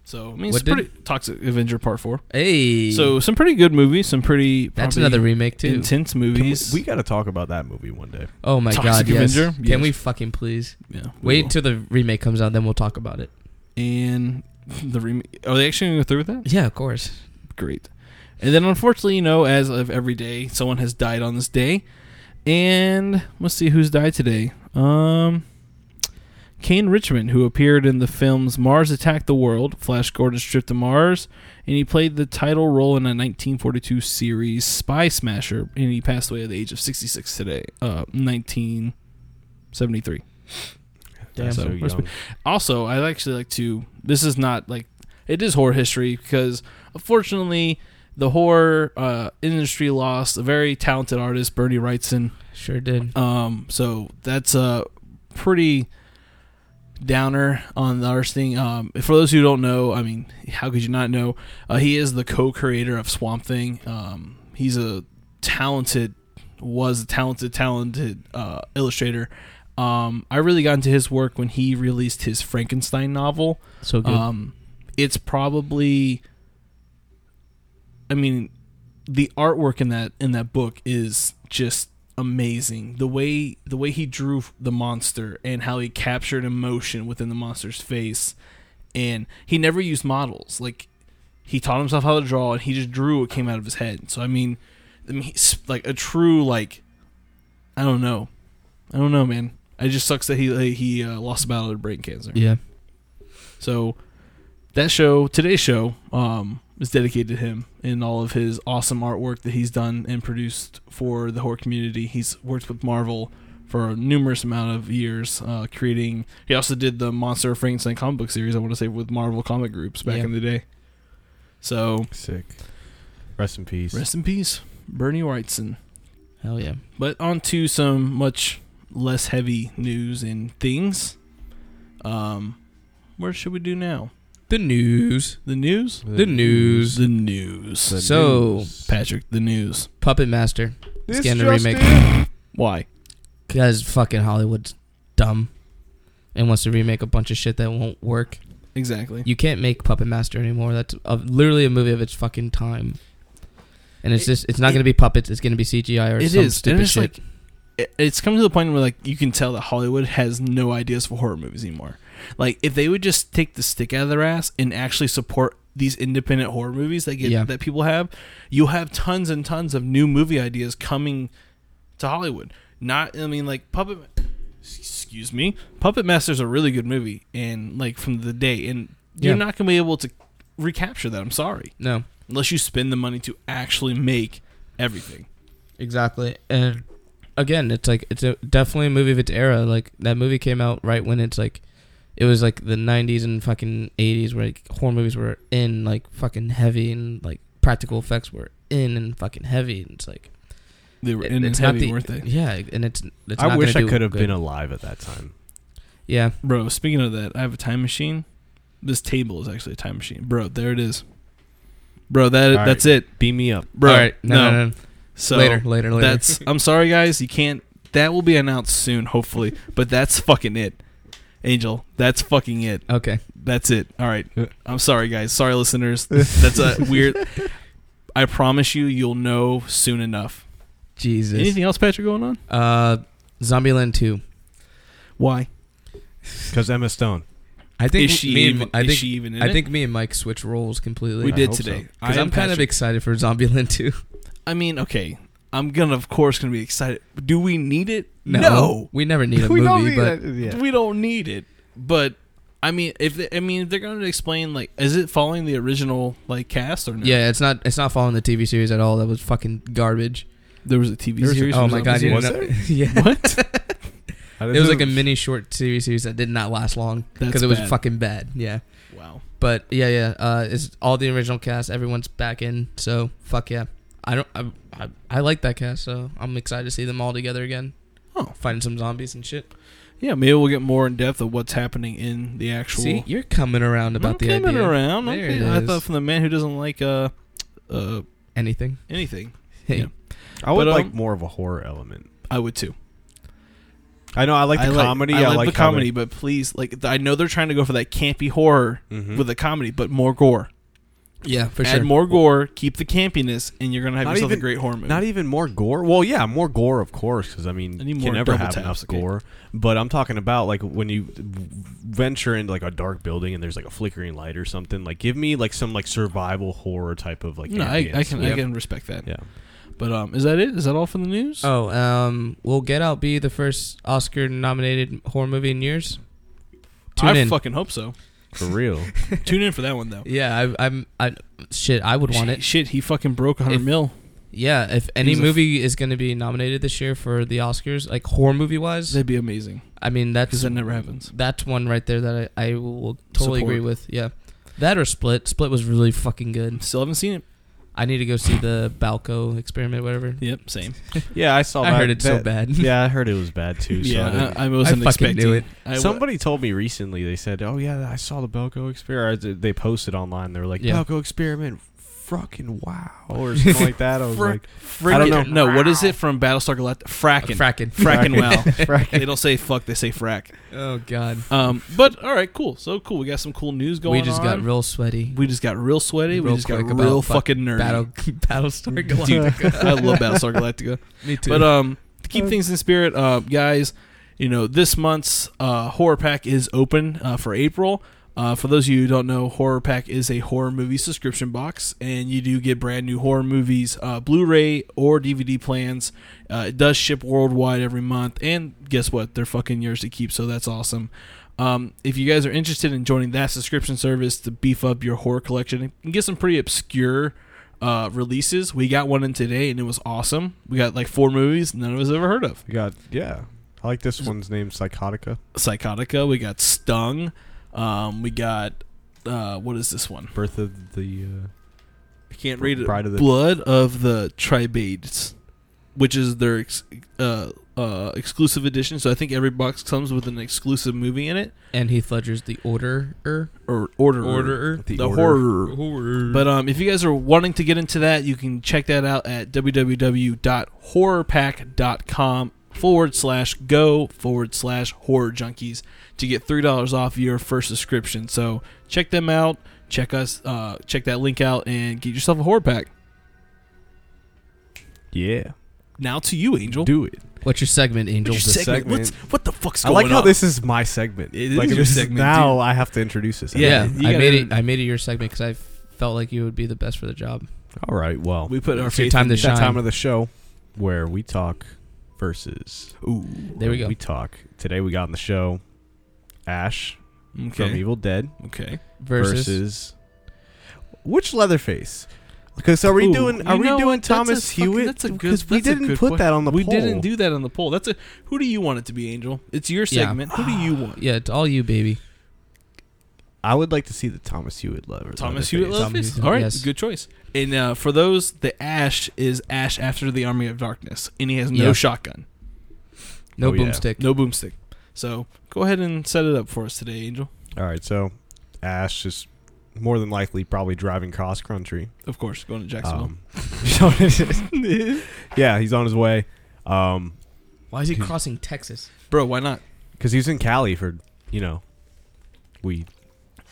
A: So I mean, it's
B: What did-
A: pretty Toxic Avenger Part Four.
B: Hey,
A: So some pretty good movies, some pretty
B: that's
A: probably
B: another remake too.
A: intense
C: Can we,
A: movies.
C: we got to talk about that movie one day.
B: oh my
A: Toxic
B: god, yes.
A: Avenger?
B: Can we
A: Yes.
B: fucking please
A: yeah, we
B: wait
A: will.
B: till the remake comes out, then we'll talk about it.
A: and the remake. Are they actually going to go through with that?
B: Yeah, of course.
A: Great. And then unfortunately, you know, as of every day, someone has died on this day. And let's see who's died today. Um, Kane Richmond, who appeared in the films Mars Attacked the World, Flash Gordon's Trip to Mars, and he played the title role in a 1942 series Spy Smasher, and he passed away at the age of 66 today, uh, 1973.
B: Damn.
C: so
A: So,
C: young.
A: respect- also i actually like to this is not like it is horror history because unfortunately the horror uh, industry lost a very talented artist bernie wrightson
B: Sure did.
A: um, so that's a pretty downer on the artist thing um, for those who don't know i mean how could you not know uh, he is the co-creator of swamp thing um, he's a talented was a talented talented uh, illustrator um, i really got into his work when he released his frankenstein novel
B: So good.
A: um, it's probably, I mean, the artwork in that in that book is just amazing. The way the way he drew the monster and how he captured emotion within the monster's face, and he never used models. Like he taught himself how to draw, and he just drew what came out of his head. So I mean, I mean, he's like a true like, I don't know, I don't know, man. It just sucks that he he uh, lost a battle to brain cancer.
B: yeah.
A: So that show, today's show, um, is dedicated to him and all of his awesome artwork that he's done and produced for the horror community. He's worked with Marvel for a numerous amount of years, uh, creating. He also did the Monster of Frankenstein comic book series. I want to say with Marvel comic groups back
B: Yeah.
A: in the day. So
C: Sick. Rest in peace.
A: rest in peace, Bernie Wrightson.
B: Hell yeah.
A: But on to some much less heavy news and things. Um, where should we do now?
B: The news.
A: The news.
B: The news.
A: The news.
C: The
B: So-
C: news.
A: Patrick, the news.
B: Puppet Master.
C: This
B: getting a
C: just
B: remake.
C: in.
A: Why?
B: Because fucking Hollywood's dumb and wants to remake a bunch of shit that won't work.
A: Exactly.
B: You can't make Puppet Master anymore. That's a, literally a movie of its fucking time. And it's
A: It-
B: just, it's not
A: it-
B: going to be puppets. It's going to be CGI or
A: It
B: some
A: is, and
B: stupid
A: it's
B: shit.
A: like- It- It's come to the point where like you can tell that Hollywood has no ideas for horror movies anymore. Like if they would just take the stick out of their ass and actually support these independent horror movies that get
B: Yeah.
A: that people have, you'll have tons and tons of new movie ideas coming to Hollywood. Not I mean like puppet excuse me. Puppet Master's a really good movie and like from the day and you're
B: Yeah.
A: not going to be able to recapture that. I'm sorry.
B: no.
A: unless you spend the money to actually make everything.
B: Exactly. And again, it's like it's a, definitely a movie of its era. Like that movie came out right when it's like it was like the 90s and fucking 80s where like horror movies were in like fucking heavy and like practical effects were in and fucking heavy and it's like
A: They were
B: it-
A: in and
B: it's not
A: heavy,
B: the-
A: weren't
B: [laughs]
A: they?
B: Yeah, and it's it's
C: I
B: not
C: wish I
B: gonna do
C: could have
B: good.
C: been alive at that time.
B: Yeah.
A: Bro, speaking of that, I have a time machine. This table is actually a time machine. Bro, there it is. Bro, that
C: All right.
A: that's it.
C: Beam me up.
A: Bro,
B: All right. No,
A: no.
B: no, no.
A: So
B: later, later, later.
A: [laughs] that's I'm sorry guys, you can't that will be announced soon, hopefully. but that's fucking it. Angel, that's fucking it.
B: okay.
A: That's it. All right.
B: Uh.
A: I'm sorry, guys. Sorry,
B: [laughs]
A: listeners. That's a weird. I promise you, you'll know soon enough.
B: Jesus.
A: Anything else, Patrick, going on?
B: Uh Zombieland 2.
A: Why?
C: Because Emma Stone.
B: I think
A: is she
B: me and-
A: even?
B: I
A: is
B: think
A: she even in
B: I
A: it?
B: think me and Mike switch roles completely.
A: we
C: I
A: did
C: hope so.
A: today.
B: Cuz
A: I
B: I'm
A: am
B: kind of
A: Patrick.
B: excited for Zombieland 2.
A: [laughs] I mean, okay. I'm gonna, of course, gonna be excited. Do we need it?
B: we
A: [laughs]
B: never need a
C: We
B: movie,
C: don't need
B: but
C: that- yeah.
A: we don't need it. But I mean, if they, I mean, if they're gonna explain like, is it following the original like cast or no?
B: yeah, it's not it's not following the TV series at all. That was fucking garbage.
A: there was a TV
B: There was-
A: series.
B: oh
A: for
B: my
A: Zombies.
B: god, you [laughs]
C: Was
B: know- yeah,
A: What?
C: I
B: it was like a
C: didn't-
B: mini short TV series that did not last long
A: That's
B: because it was
A: bad.
B: fucking bad. Yeah,
A: [laughs] wow.
B: but yeah, yeah, uh, it's all the original cast. Everyone's back in, so fuck yeah. I don't. I, I, I like that cast, so I'm excited to see them all together again.
A: Oh.
B: fighting some zombies and shit.
A: Yeah, maybe we'll get more in depth of what's happening in the actual.
B: See, you're coming around about
A: I'm
B: the
A: coming
B: idea.
A: around.
B: There
A: okay.
B: it
A: I
B: is.
A: thought from the man who doesn't like uh, uh,
B: Anything? [laughs]
A: anything,
B: Hey,
A: Yeah.
C: I would
A: but,
C: like
A: um,
C: more of a horror element.
A: I would too.
C: I know. I like the comedy.
A: I,
C: I like
A: the comedy, but please, like, th- I know they're trying to go for that campy horror
C: Mm-hmm.
A: with a comedy, but more gore.
B: Yeah, for
A: Add
B: sure.
A: more gore, keep the campiness, and you're gonna have
C: Not
A: yourself
C: even-
A: a great horror movie.
C: Not even more gore. Well, yeah, more gore, of course, because I mean,
A: I need
C: you
A: more
C: can never
A: double
C: have
A: taps,
C: enough
A: okay.
C: gore. But I'm talking about like when you venture into like a dark building and there's like a flickering light or something. Like, give me like some like survival horror type of like.
A: no, I, I
C: ambience.
A: can I
B: Yep.
A: can respect that.
C: Yeah. Uh,
A: But um, is that it? Is that all for the news?
B: Oh, um, will Get Out be the first Oscar-nominated horror movie in years? Tune
A: I
B: in.
A: fucking hope
C: [laughs]
A: so.
C: for real.
A: [laughs] Tune in for that one though.
B: yeah, I, I'm. I shit, I would
A: [laughs]
B: want it.
A: Shit, he fucking broke 100
B: If-
A: mil.
B: Yeah, if any
A: He's a f-
B: movie is going to be nominated this year for the Oscars, like horror movie wise,
A: That'd be amazing.
B: I mean that's
A: Because that never happens.
B: That's one right there that I, I will
A: Support.
B: totally agree with. Yeah, that or Split. Split was really fucking good.
A: Still haven't seen it.
B: I need to go see the Balco experiment, whatever.
A: Yep, same.
C: Yeah, I saw.
A: Oh,
B: I
C: that-
B: heard it's so
C: that-
B: bad. [laughs]
C: Yeah, I heard it was bad too. So I didn't-
A: yeah, I, I wasn't
B: I fucking
A: expecting
B: knew it.
A: I w-
C: Somebody told me recently. They said, "Oh yeah, I saw the Belko experiment." Or They posted online. They were like,
B: Yeah.
C: "Belko experiment, fucking wow,"
A: [laughs]
C: or something like that. I was
A: Frick-
C: like,
A: Frickin-
C: I don't know.
A: No, what is it from Battlestar Galactica? Fracking.
B: Fracking.
A: fracking
C: [laughs]
A: well.
C: Fracking.
A: They don't say fuck, they say frack.
B: [laughs] Oh God.
A: Um, but all right, cool. So cool. We got some cool news going
B: We just
A: on.
B: got real sweaty.
A: we just got real sweaty. we
B: real
A: just got
B: quick about
A: real
B: fuck- [laughs]
A: fucking nerdy.
B: Battle Battlestar
A: Dude,
B: Galactica.
A: I love Battlestar Galactica.
B: [laughs] Me too.
A: But um, to keep things in spirit, uh, guys, you know this month's uh, horror pack is open uh, for April. Uh, for those of you who don't know, Horror Pack is a horror movie subscription box, and you do get brand new horror movies, uh, Blu-ray or DVD plans. Uh, it does ship worldwide every month, and guess what? They're fucking yours to keep, so that's awesome. Um, if you guys are interested in joining that subscription service to beef up your horror collection you can get some pretty obscure uh, releases, we got one in today, and it was awesome. We got like four movies none of us ever heard of.
C: We got yeah. I like this one's name, Psychotica.
A: Psychotica. We got Stung. Um, we got uh, what is this one?
C: Birth of the. Uh,
A: I can't
C: read it. Bride of the-
A: Blood of the Tribades, which is their ex- uh, uh, exclusive edition. So I think every box comes with an exclusive movie in it
B: and Heath Ledger's The Orderer.
A: or order
B: Orderer.
A: the horror.
B: But
A: But um, if you guys are wanting to get into that, you can check that out at www.horrorpack.com forward slash go forward slash horror junkies to get three dollars off your first subscription. So check them out, check us, uh, check that link out, and get yourself a horror pack.
C: Yeah,
A: Now to you, Angel.
C: do it.
B: what's your segment, Angel?
A: Your
C: the
A: segment.
C: segment.
A: What's, what the fuck's
C: I
A: going
C: like how
A: on?
C: this is my segment.
A: It
C: like
A: is
C: if
A: your
C: this
A: segment,
C: now
A: dude.
C: I have to introduce this.
B: yeah,
A: Yeah, you
B: I
A: gotta-
B: made it. I made it your segment because I f- felt like you would be the best for the job.
C: All right. Well,
A: we put our
B: It's your
A: faith
B: time
A: in
B: to
A: you.
C: it's that
B: shine.
C: time of the show where we talk versus.
A: Ooh.
B: There we go.
C: We talk today. We got on the show, Ash from
A: Okay.
C: Evil Dead
A: Okay.
B: Versus.
C: versus, which Leatherface. Because are we
A: Ooh,
C: doing? Are
A: you
C: we
A: know
C: doing
A: what? That's a
C: Thomas
A: fucking-
C: Hewitt?
A: that's a good-
C: Because we
A: that's a
C: didn't
A: good
C: put
A: que-
C: that on the
A: we
C: poll.
A: didn't do that on the poll. That's a who do you want it to be, Angel? It's your
B: Yeah.
A: segment. Who do you want?
B: Yeah, it's all you, baby.
C: I would like to see the Thomas Hewitt lever.
A: Thomas Hewitt
C: Leatherface.
A: Leatherface.
B: Hewitt,
A: All right,
B: yes.
A: good choice. And uh, for those, the Ash is Ash after the Army of Darkness, and he has no
B: Yeah.
A: shotgun,
B: No
C: Oh, yeah.
B: boomstick.
A: no boomstick. So go ahead and set it up for us today, Angel.
C: All right, so Ash is more than likely probably driving cross country.
A: Of course, going to Jacksonville.
C: Um, [laughs] yeah, he's on his way. Um,
B: Why is he crossing Texas?
A: [laughs] Bro, why not?
C: because he was in Cali for you know,
A: [laughs]
C: we.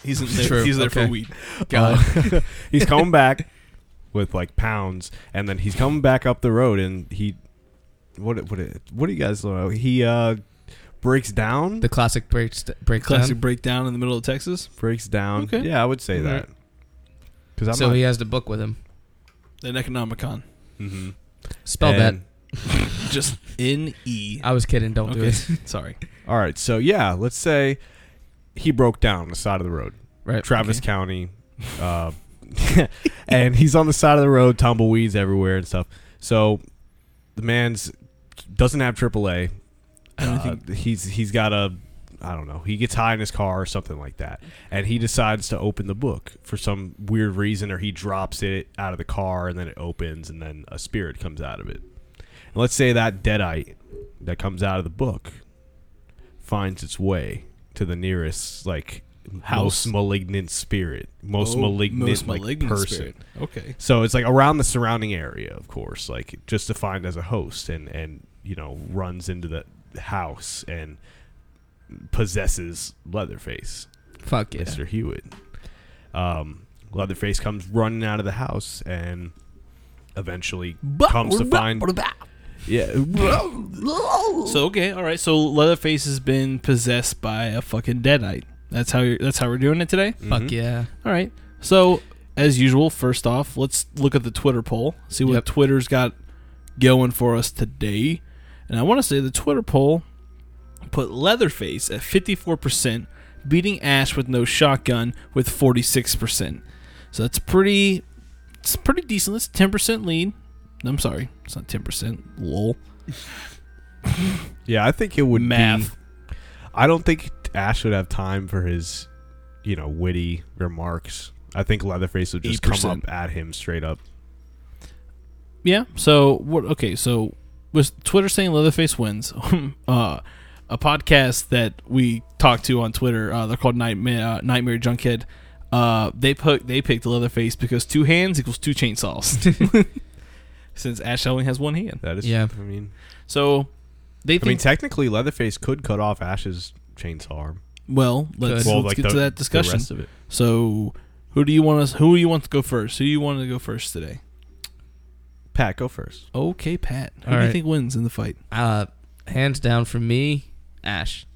A: He's in there.
B: True,
A: He's there
B: okay.
A: for weed.
C: Uh, [laughs] he's coming back with like pounds, and then he's coming back up the road, and he, what what what do you guys know? He uh, breaks down.
B: The classic break st- breakdown.
A: Classic breakdown in the middle of Texas.
C: breaks down.
A: Okay.
C: Yeah, I would say that.
A: Alright.
C: Because I'm
B: so
C: not.
B: he has the book with him.
A: An Economicon.
C: Mhm.
B: Spell that.
C: And-
A: Just N E.
B: [laughs] I was kidding. Don't do
A: Okay,
B: it. [laughs]
A: sorry.
C: All right, so yeah, let's say he broke down on the side of the road,
B: Right.
C: Travis County, uh, [laughs] and he's on the side of the road, tumbleweeds everywhere and stuff. So the man's doesn't have AAA.
A: I don't
C: Uh,
A: think
C: he's he's got a I don't know. He gets high in his car or something like that, and he decides to open the book for some weird reason, or he drops it out of the car and then it opens, and then a spirit comes out of it. And let's say that deadite that comes out of the book finds its way to the nearest like
A: House.
C: house malignant spirit, most
A: Oh,
C: malignant like person.
A: spirit. Okay.
C: So it's like around the surrounding area, of course, like just defined as a host, and and you know runs into the house and possesses Leatherface,
B: Fuck yeah.
C: Mr. Hewitt. Um, Leatherface comes running out of the house and eventually comes to find. Yeah.
A: So okay, all right. So Leatherface has been possessed by a fucking deadite. That's how you're, that's how we're doing it today.
C: Mm-hmm.
B: Fuck yeah.
A: All right. So as usual, first off, let's look at the Twitter poll. See what
B: Yep.
A: Twitter's got going for us today. And I want to say the Twitter poll put Leatherface at 54%, beating Ash with no shotgun with 46%. So that's pretty it's pretty decent. That's a 10% lead. I'm sorry. It's not 10%. Lol.
C: Yeah, I think it would
A: Math.
C: be- I don't think Ash would have time for his, you know, witty remarks. I think Leatherface would just come
A: 8%.
C: up at him straight up.
A: Yeah. So what? Okay. So was Twitter saying Leatherface wins? [laughs] uh, a podcast that we talked to on Twitter. Uh, they're called Nightmare uh, Nightmare Junkhead. Uh, they put they picked Leatherface because two hands equals two
C: [laughs]
A: chainsaws. Since Ash only has one hand,
C: That is,
B: Yeah.
C: I mean,
A: so they
C: I mean,
A: think.
C: technically, Leatherface could cut off Ash's chainsaw arm.
A: well, let's,
B: Well,
A: let's get to that discussion.
C: rest of it.
A: so, who do you want us? Who do you want to go first? Who do you want to go first today?
C: Pat, go first.
A: Okay, Pat. Who
B: All
A: do you
B: right.
A: think wins in the fight?
B: Uh, hands down for me, Ash.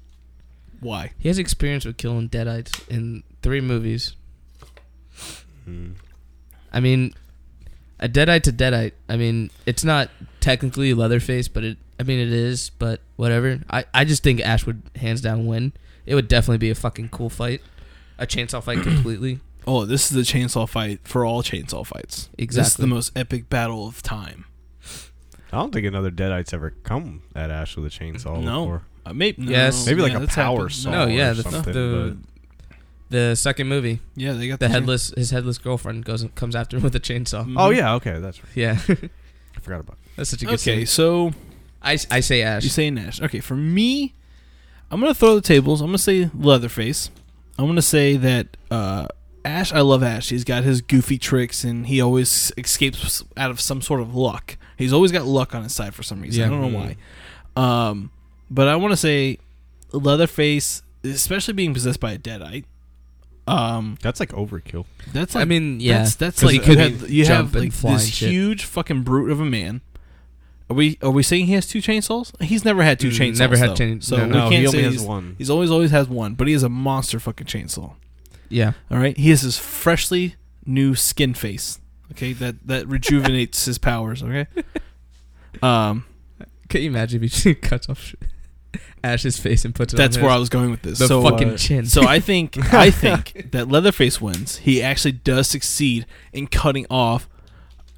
A: Why?
B: He has experience with killing deadites in three movies.
C: Hmm.
B: I mean, a deadite to deadite. I mean, it's not technically Leatherface, but it. I mean, it is. But whatever. I, I just think Ash would hands down win. It would definitely be a fucking cool fight, a chainsaw fight completely.
A: Oh, this is the chainsaw fight for all chainsaw fights. This is
B: Exactly.
A: the most epic battle of time.
C: I don't think another Deadite's ever come at Ash with a chainsaw
A: No.
C: before.
A: Uh, maybe no,
B: Yes.
A: no,
C: Maybe like
A: yeah,
C: a
A: that's
C: power
A: happened.
C: saw.
A: No,
B: no,
C: or
B: yeah, the
C: something,
B: the, the second movie,
A: yeah, they got [laughs]
B: the headless his headless girlfriend goes comes after him with a chainsaw.
A: Mhm.
C: Oh yeah, okay, that's right.
B: Yeah, [laughs]
C: I forgot about.
B: that's such a good
A: Okay,
B: scene.
A: so
B: I I say
A: you
B: Ash.
A: say Nash. Okay, for me, I'm gonna throw the tables. I'm gonna say Leatherface. I'm gonna say that uh, Ash. I love Ash. He's got his goofy tricks, and he always escapes out of some sort of luck. He's always got luck on his side for some reason. I
B: Yeah.
A: don't know
C: Mm.
A: why. Um, but I want to say Leatherface, especially being possessed by a deadite. Um,
C: That's like overkill.
A: that's like
B: I mean, yeah,
A: That's that's like
B: 'cause he
A: you,
B: could
A: have, you
B: jump
A: have
B: and
A: like
B: fly and
A: this
B: shit.
A: huge fucking brute of a man. Are we are we saying he has two chainsaws? He's never had two
B: Mm,
A: chainsaws.
B: never had
A: though.
B: chain-
A: So
B: no,
A: we
B: no,
A: can't
C: he
A: say
C: only has
A: he's,
C: one.
A: he's always always has one, but he is a monster fucking chainsaw.
B: yeah.
A: All right, he has his freshly new skin face. Okay, that that rejuvenates his powers.
B: [laughs]
A: Okay, um,
B: Can you imagine if he [laughs] cuts off Ash's face and puts it?
A: that's
B: on
A: where I
B: his?
A: was going with this.
B: the
A: so,
B: fucking
A: uh,
B: chin. [laughs]
A: so I think I think that Leatherface wins. He actually does succeed in cutting off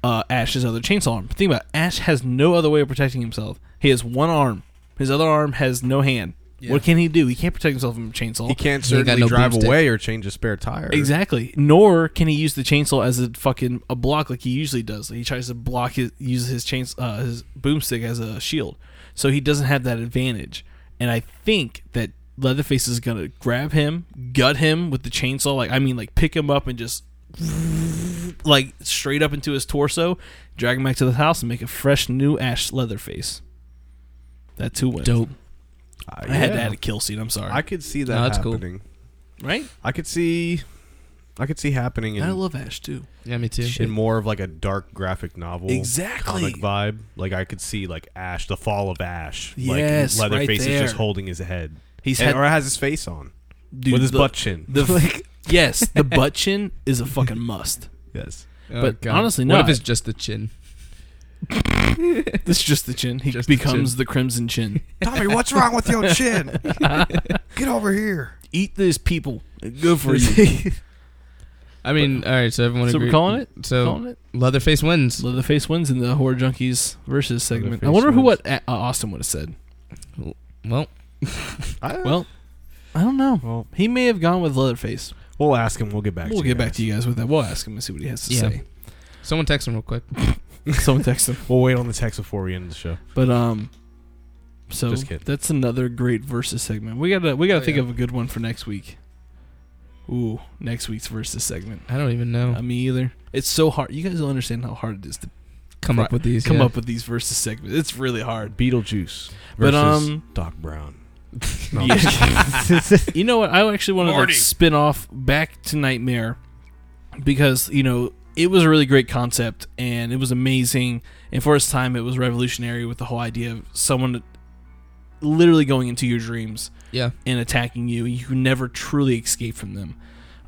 A: uh, Ash's other chainsaw arm. Think about it. Ash has no other way of protecting himself. He has one arm. His other arm has no hand. What can he do? He can't protect himself from a chainsaw.
C: He can't
B: He ain't got
C: certainly
B: no
C: drive
B: boomstick.
C: away or change a spare tire.
A: Exactly. Nor can he use the chainsaw as a fucking a block like he usually does. He tries to block his use his chains uh, his boomstick as a shield, so he doesn't have that advantage. And I think that Leatherface is gonna grab him, gut him with the chainsaw. Like I mean, like pick him up and just like straight up into his torso, drag him back to the house, and make a fresh new Ash Leatherface. That's who wins.
B: dope.
C: Uh,
A: I had to
C: yeah.
A: add a kill scene. I'm sorry.
C: I could see that
B: No, that's cool.
C: happening.
A: right?
C: I could see, I could see happening in,
A: I love Ash too.
B: Yeah, me too. Oh,
C: in more of like a dark graphic novel,
A: Exactly.
C: comic vibe. Like I could see like Ash, the fall of Ash.
A: Yes,
C: like
A: right
C: Leatherface is
A: there.
C: just holding his head,
A: He's
C: and,
A: had
C: or has his face on
A: dude,
C: with his
A: the-
C: butt chin.
A: [laughs] The yes, [laughs] the butt chin is a fucking must.
C: yes,
B: Oh,
A: But honestly,
B: what
A: no,
B: if it's
A: I-
B: just the chin?
A: This is just the chin. He
B: Just the
A: becomes the, crimson chin.
C: Tommy, what's wrong with your [laughs] chin? Get over here.
A: Eat these people. Good [laughs] for you.
B: I mean, all right. So everyone
A: so
B: agree.
A: we're calling it.
B: So
A: calling it.
B: Leatherface wins.
A: Leatherface wins in the horror junkies versus segment. I
C: Leatherface
A: wonder who
C: wins.
A: what uh, Austin would have said.
B: Well,
C: well,
A: Well, I don't know.
C: well,
A: He may have gone with Leatherface.
C: we'll ask him. We'll get back.
A: we'll
C: to
A: get back to you guys with that. We'll ask him and see what he has to
B: Yeah. someone text him real quick.
A: say. Someone text
C: [laughs]
A: him.
C: We'll wait on the text before we end the show.
A: But um, so
C: Just kidding.
A: that's another great versus segment. We gotta we gotta
B: Oh,
A: think
B: yeah.
A: of a good one for next week. Ooh, next week's versus segment. Oh.
B: I don't even know.
A: Uh, me either. It's so hard. You guys don't understand how hard it is to
B: come
A: Fri-
B: up with these.
A: come
B: yeah.
A: up with these versus segments. It's really hard.
C: Beetlejuice versus
A: But, um,
C: Doc Brown.
A: [laughs] Yeah. you know what? I actually want to like
C: Marty.
A: spin off back to Nightmare because you know it was a really great concept and it was amazing. And for its time, it was revolutionary with the whole idea of someone literally going into your dreams
B: Yeah.
A: and attacking you. You can never truly escape from them.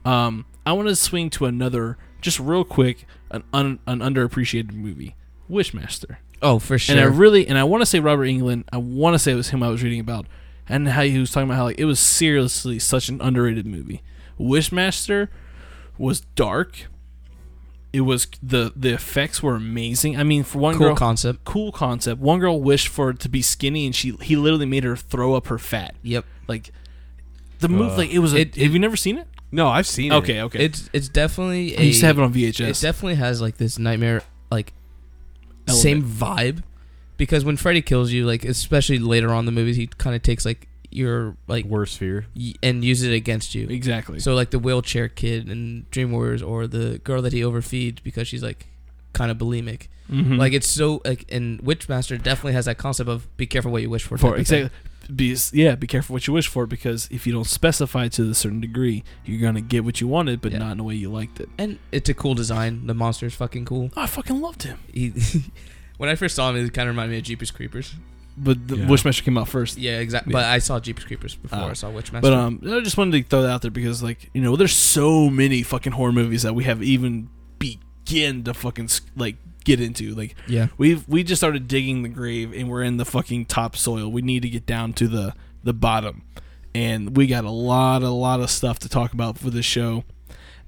A: Um, I want to swing to another, just real quick, an un- an underappreciated movie, Wishmaster.
B: Oh, for sure.
A: And I really and I want to say Robert England. I want to say it was him I was reading about, and how he was talking about how like it was seriously such an underrated movie. Wishmaster was dark. It was the the effects were amazing. I mean, for one
B: cool
A: girl,
B: concept.
A: cool concept. One girl wished for it to be skinny, and she he literally made her throw up her fat.
B: Yep.
A: Like the move,
C: Uh,
A: like it was. A,
B: it-
A: have you never seen it?
C: No, I've seen it.
A: Okay, okay.
B: It's it's definitely
A: I
B: a.
A: used to have it on
B: it
A: VHS.
B: definitely has like this nightmare like
A: Element.
B: same vibe because when Freddy kills you, like especially later on in the movies, he kind of takes like your like
C: Worst fear.
B: y- and uses it against you.
A: exactly.
B: So like the wheelchair kid in Dream Warriors, or the girl that he overfeeds because she's like kind of bulimic.
A: Mhm.
B: Like it's so like and Witchmaster definitely has that concept of be careful what you wish for. type
A: for
B: of thing.
A: exactly. Be, yeah, be careful what you wish for because if you don't specify to a certain degree, you're gonna get what you wanted, but
B: Yeah.
A: not in the way you liked it.
B: And it's a cool design. The monster's fucking cool.
A: I fucking loved him,
B: He, [laughs] when I first saw him, it kind of reminded me of Jeepers Creepers.
A: but the
C: Yeah.
A: Wishmaster came out first.
B: Yeah, exactly.
A: Yeah.
B: But I saw Jeepers Creepers before
A: Oh.
B: I saw Witchmaster.
A: But um, I just wanted to throw that out there because like you know, there's so many fucking horror movies that we have even begin to fucking s- like get into. Like
B: yeah,
A: we've we just started digging the grave and we're in the fucking topsoil. We need to get down to the the bottom, and we got a lot a lot of stuff to talk about for this show,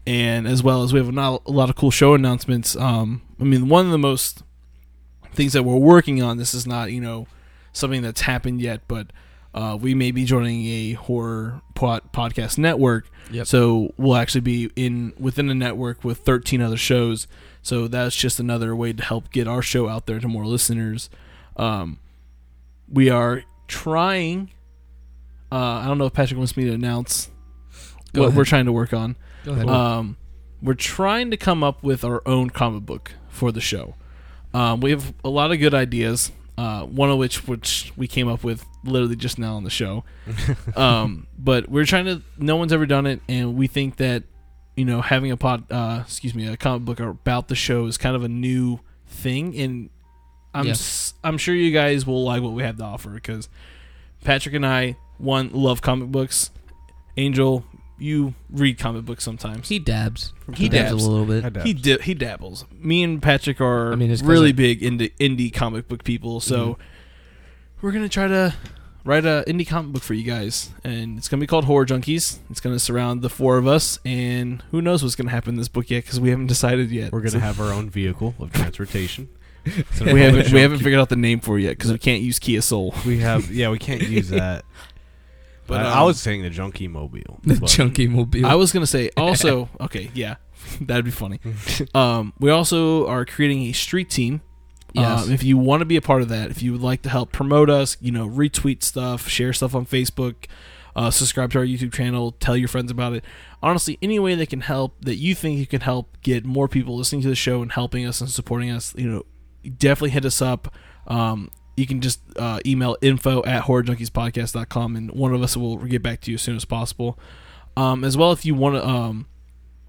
A: and as well as we have a, not, a lot of cool show announcements. Um, I mean, one of the most things that we're working on. This is not you know something that's happened yet, but. Uh, we may be joining a horror pod- podcast network,
B: Yep.
A: so we'll actually be in within a network with 13 other shows. So that's just another way to help get our show out there to more listeners. Um, we are trying. Uh, I don't know if Patrick wants me to announce
B: Go
A: what
B: ahead.
A: we're trying to work on.
B: go ahead.
A: Um, we're trying to come up with our own comic book for the show. Um, we have a lot of good ideas. Uh, one of which, which we came up with literally just now on the show, um, but we're trying to. No one's ever done it, and we think that you know having a pod, uh, excuse me, a comic book about the show is kind of a new thing, and I'm
B: Yeah.
A: s- I'm sure you guys will like what we have to offer because Patrick and I one love comic books. Angel, you read comic books sometimes.
B: he dabs.
A: He dabs.
B: a little bit.
A: He di- he dabbles. Me and Patrick are
B: I mean, his
A: really
B: cousin- Mm-hmm.
A: big into indie comic book people, so we're gonna try to write a indie comic book for you guys, and it's gonna be called Horror Junkies. It's gonna surround the four of us, and who knows what's gonna happen in this book yet because we haven't decided yet.
C: We're
A: So [laughs]
C: gonna have our own vehicle of transportation. So
A: we haven't we
C: junk-
A: haven't figured out the name for it yet because we can't use Kia Soul.
C: We have. Yeah, we can't use that.
A: But
C: But I, I
A: um,
C: was saying the junkie mobile.
B: [laughs] The
C: but-
B: chunky mobile.
A: I was gonna
C: [laughs]
A: say also okay yeah [laughs] that'd be funny. um, we also are creating a street team.
B: Yes.
A: Um, if you want to be a part of that, if you would like to help promote us, you know, retweet stuff, share stuff on Facebook, uh, subscribe to our YouTube channel, tell your friends about it. Honestly, any way that can help that you think you can help get more people listening to the show and helping us and supporting us, you know, definitely hit us up. Um, you can just uh, email info at horrorjunkiespodcast.com and one of us will get back to you as soon as possible. Um, as well, if you want to, um,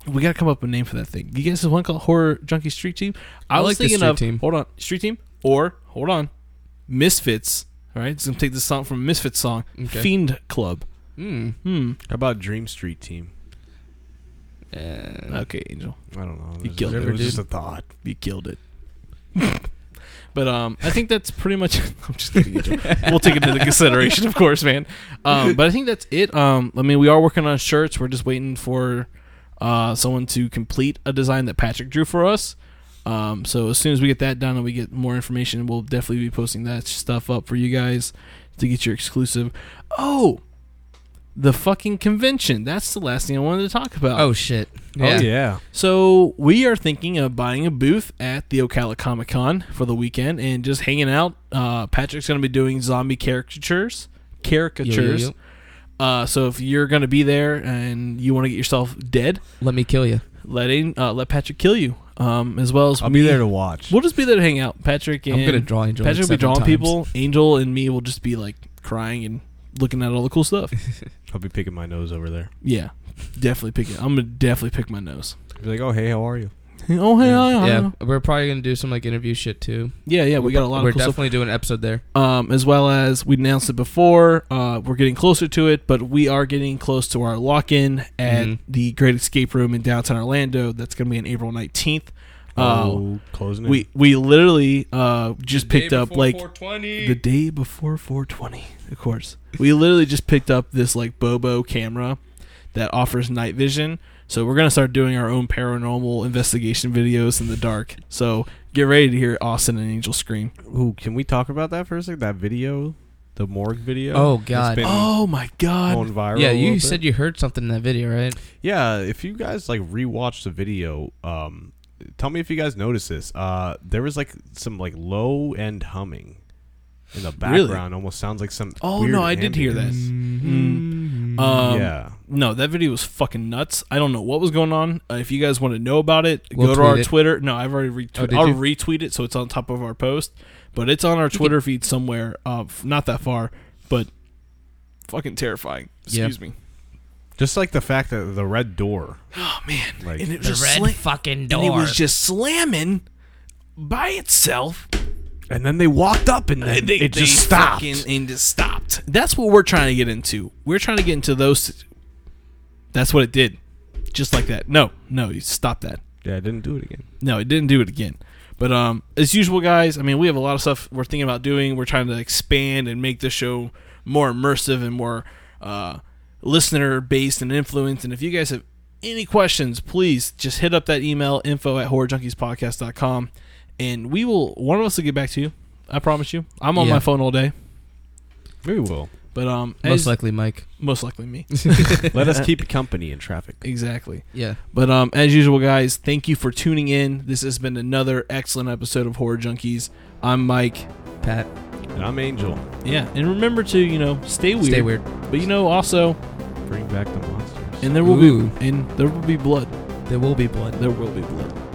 A: we got to come up with a name for that thing. You guys want to call it Horror Junkie Street Team? I,
B: I
A: was
B: like the
A: thinking
B: street
A: of,
B: team.
A: hold on, Street Team or, hold on, Misfits. All right, so I'm going to take this song from Misfits song,
B: Okay.
A: Fiend Club.
B: Hmm.
A: Hmm.
C: How about Dream Street Team?
B: Uh,
A: Okay, Angel,
C: I don't know. It was-
A: killed
C: it
A: her,
C: was
A: dude.
C: just a thought.
A: you killed it. [laughs] but um, I think that's pretty much. [laughs] I'm just kidding, Angel. we'll take it into consideration, of course, man. Um, but I think that's it. Um, I mean, we are working on shirts. We're just waiting for uh, someone to complete a design that Patrick drew for us. Um, so as soon as we get that done and we get more information, we'll definitely be posting that stuff up for you guys to get your exclusive. Oh, the fucking convention. That's the last thing I wanted to talk about.
B: oh shit. Yeah.
C: Oh yeah.
A: So we are thinking of buying a booth at the Ocala Comic Con for the weekend and just hanging out. Uh, Patrick's going to be doing zombie caricatures,
B: Yo, yo,
A: caricatures.
B: yo.
A: Uh, so if you're going to be there and you want to get yourself dead,
B: Let me kill you.
A: let in, uh, let Patrick kill you. um, as well as
C: I'll be
A: me.
C: there to watch.
A: We'll just be there to hang out. Patrick and
B: I'm good at drawing. Angel, like,
A: Patrick will be
B: seven
A: drawing
B: times.
A: people. Angel and me will just be like crying and looking at all the cool
B: [laughs]
A: stuff.
C: I'll be picking my nose over there.
A: yeah, definitely pick it. I'm gonna definitely pick my nose.
C: Be like, oh hey, how are you?
A: Oh hey, hi,
B: Yeah,
A: hi.
B: we're probably gonna do some like interview shit too.
A: yeah, yeah. We got a lot
B: We're
A: of cool stuff.
B: definitely doing an episode there.
A: Um, as well as we announced it before, uh, we're getting closer to it, but we are getting close to our lock-in at
B: Mhm.
A: the Great Escape Room in downtown Orlando. That's gonna be on April 19th. Uh,
C: oh, closing it.
A: we we literally uh, just picked up like the day before 420 of course we literally just picked up this like bobo camera that offers night vision so we're gonna start doing our own paranormal investigation videos in the dark so get ready to hear austin and angel scream
C: Ooh, can we talk about that for a second? That video, the morgue video.
B: Oh, God.
C: it's been
A: oh my god
C: going viral.
B: yeah,
C: a little
B: you
C: bit.
B: said you heard something in that video, right?
C: Yeah, if you guys like rewatch the video, um, tell me if you guys noticed this. Uh, there was like some like low end humming in the
A: Really?
C: background. Almost sounds like some.
A: Oh,
C: weird
A: no, I did hear that.
C: ambience.
A: Mm. Um,
C: yeah,
A: no that video was fucking nuts i don't know what was going on uh, if you guys want to know about it
B: We'll
A: go to
B: tweet
A: our
B: it. Oh,
A: twitter no i've already retweeted
B: did
A: i'll
B: you?
A: retweet it so it's on top of our post but it's on our twitter feed somewhere uh, f- not that far but fucking terrifying
B: Yeah.
A: excuse me
C: just like the fact that the red door,
A: oh man
C: like
A: and it was just sla-
B: fucking
A: and it was just slamming by itself
C: and then they walked up and then
A: And they-
C: it
A: they
C: just stopped.
A: fucking- and just stopped that's what we're trying to get into we're trying to get into those that's what it did just like that no no you stop that
C: yeah, it didn't do it again.
A: no, it didn't do it again. But um, as usual, guys, I mean, we have a lot of stuff we're thinking about doing. We're trying to expand and make this show more immersive and more uh, listener based and influenced. And if you guys have any questions, please just hit up that email info at horrorjunkiespodcast.com and we will, one of us will get back to you. I promise you. I'm on
B: Yeah.
A: my phone all day.
C: Maybe we'll
A: But um,
B: most
A: as-
B: likely Mike.
A: most likely me. [laughs]
C: let us keep you company in traffic.
A: exactly.
B: Yeah,
A: But um, as usual, guys, thank you for tuning in. This has been another excellent episode of Horror Junkies. I'm Mike.
B: Pat.
C: And I'm Angel.
A: Yeah, and remember to you know stay weird,
B: Stay weird.
A: but you know also,
C: Bring back the monsters.
A: and there will
B: Ooh.
A: be and there will be blood.
B: There will be blood.
A: There will be blood.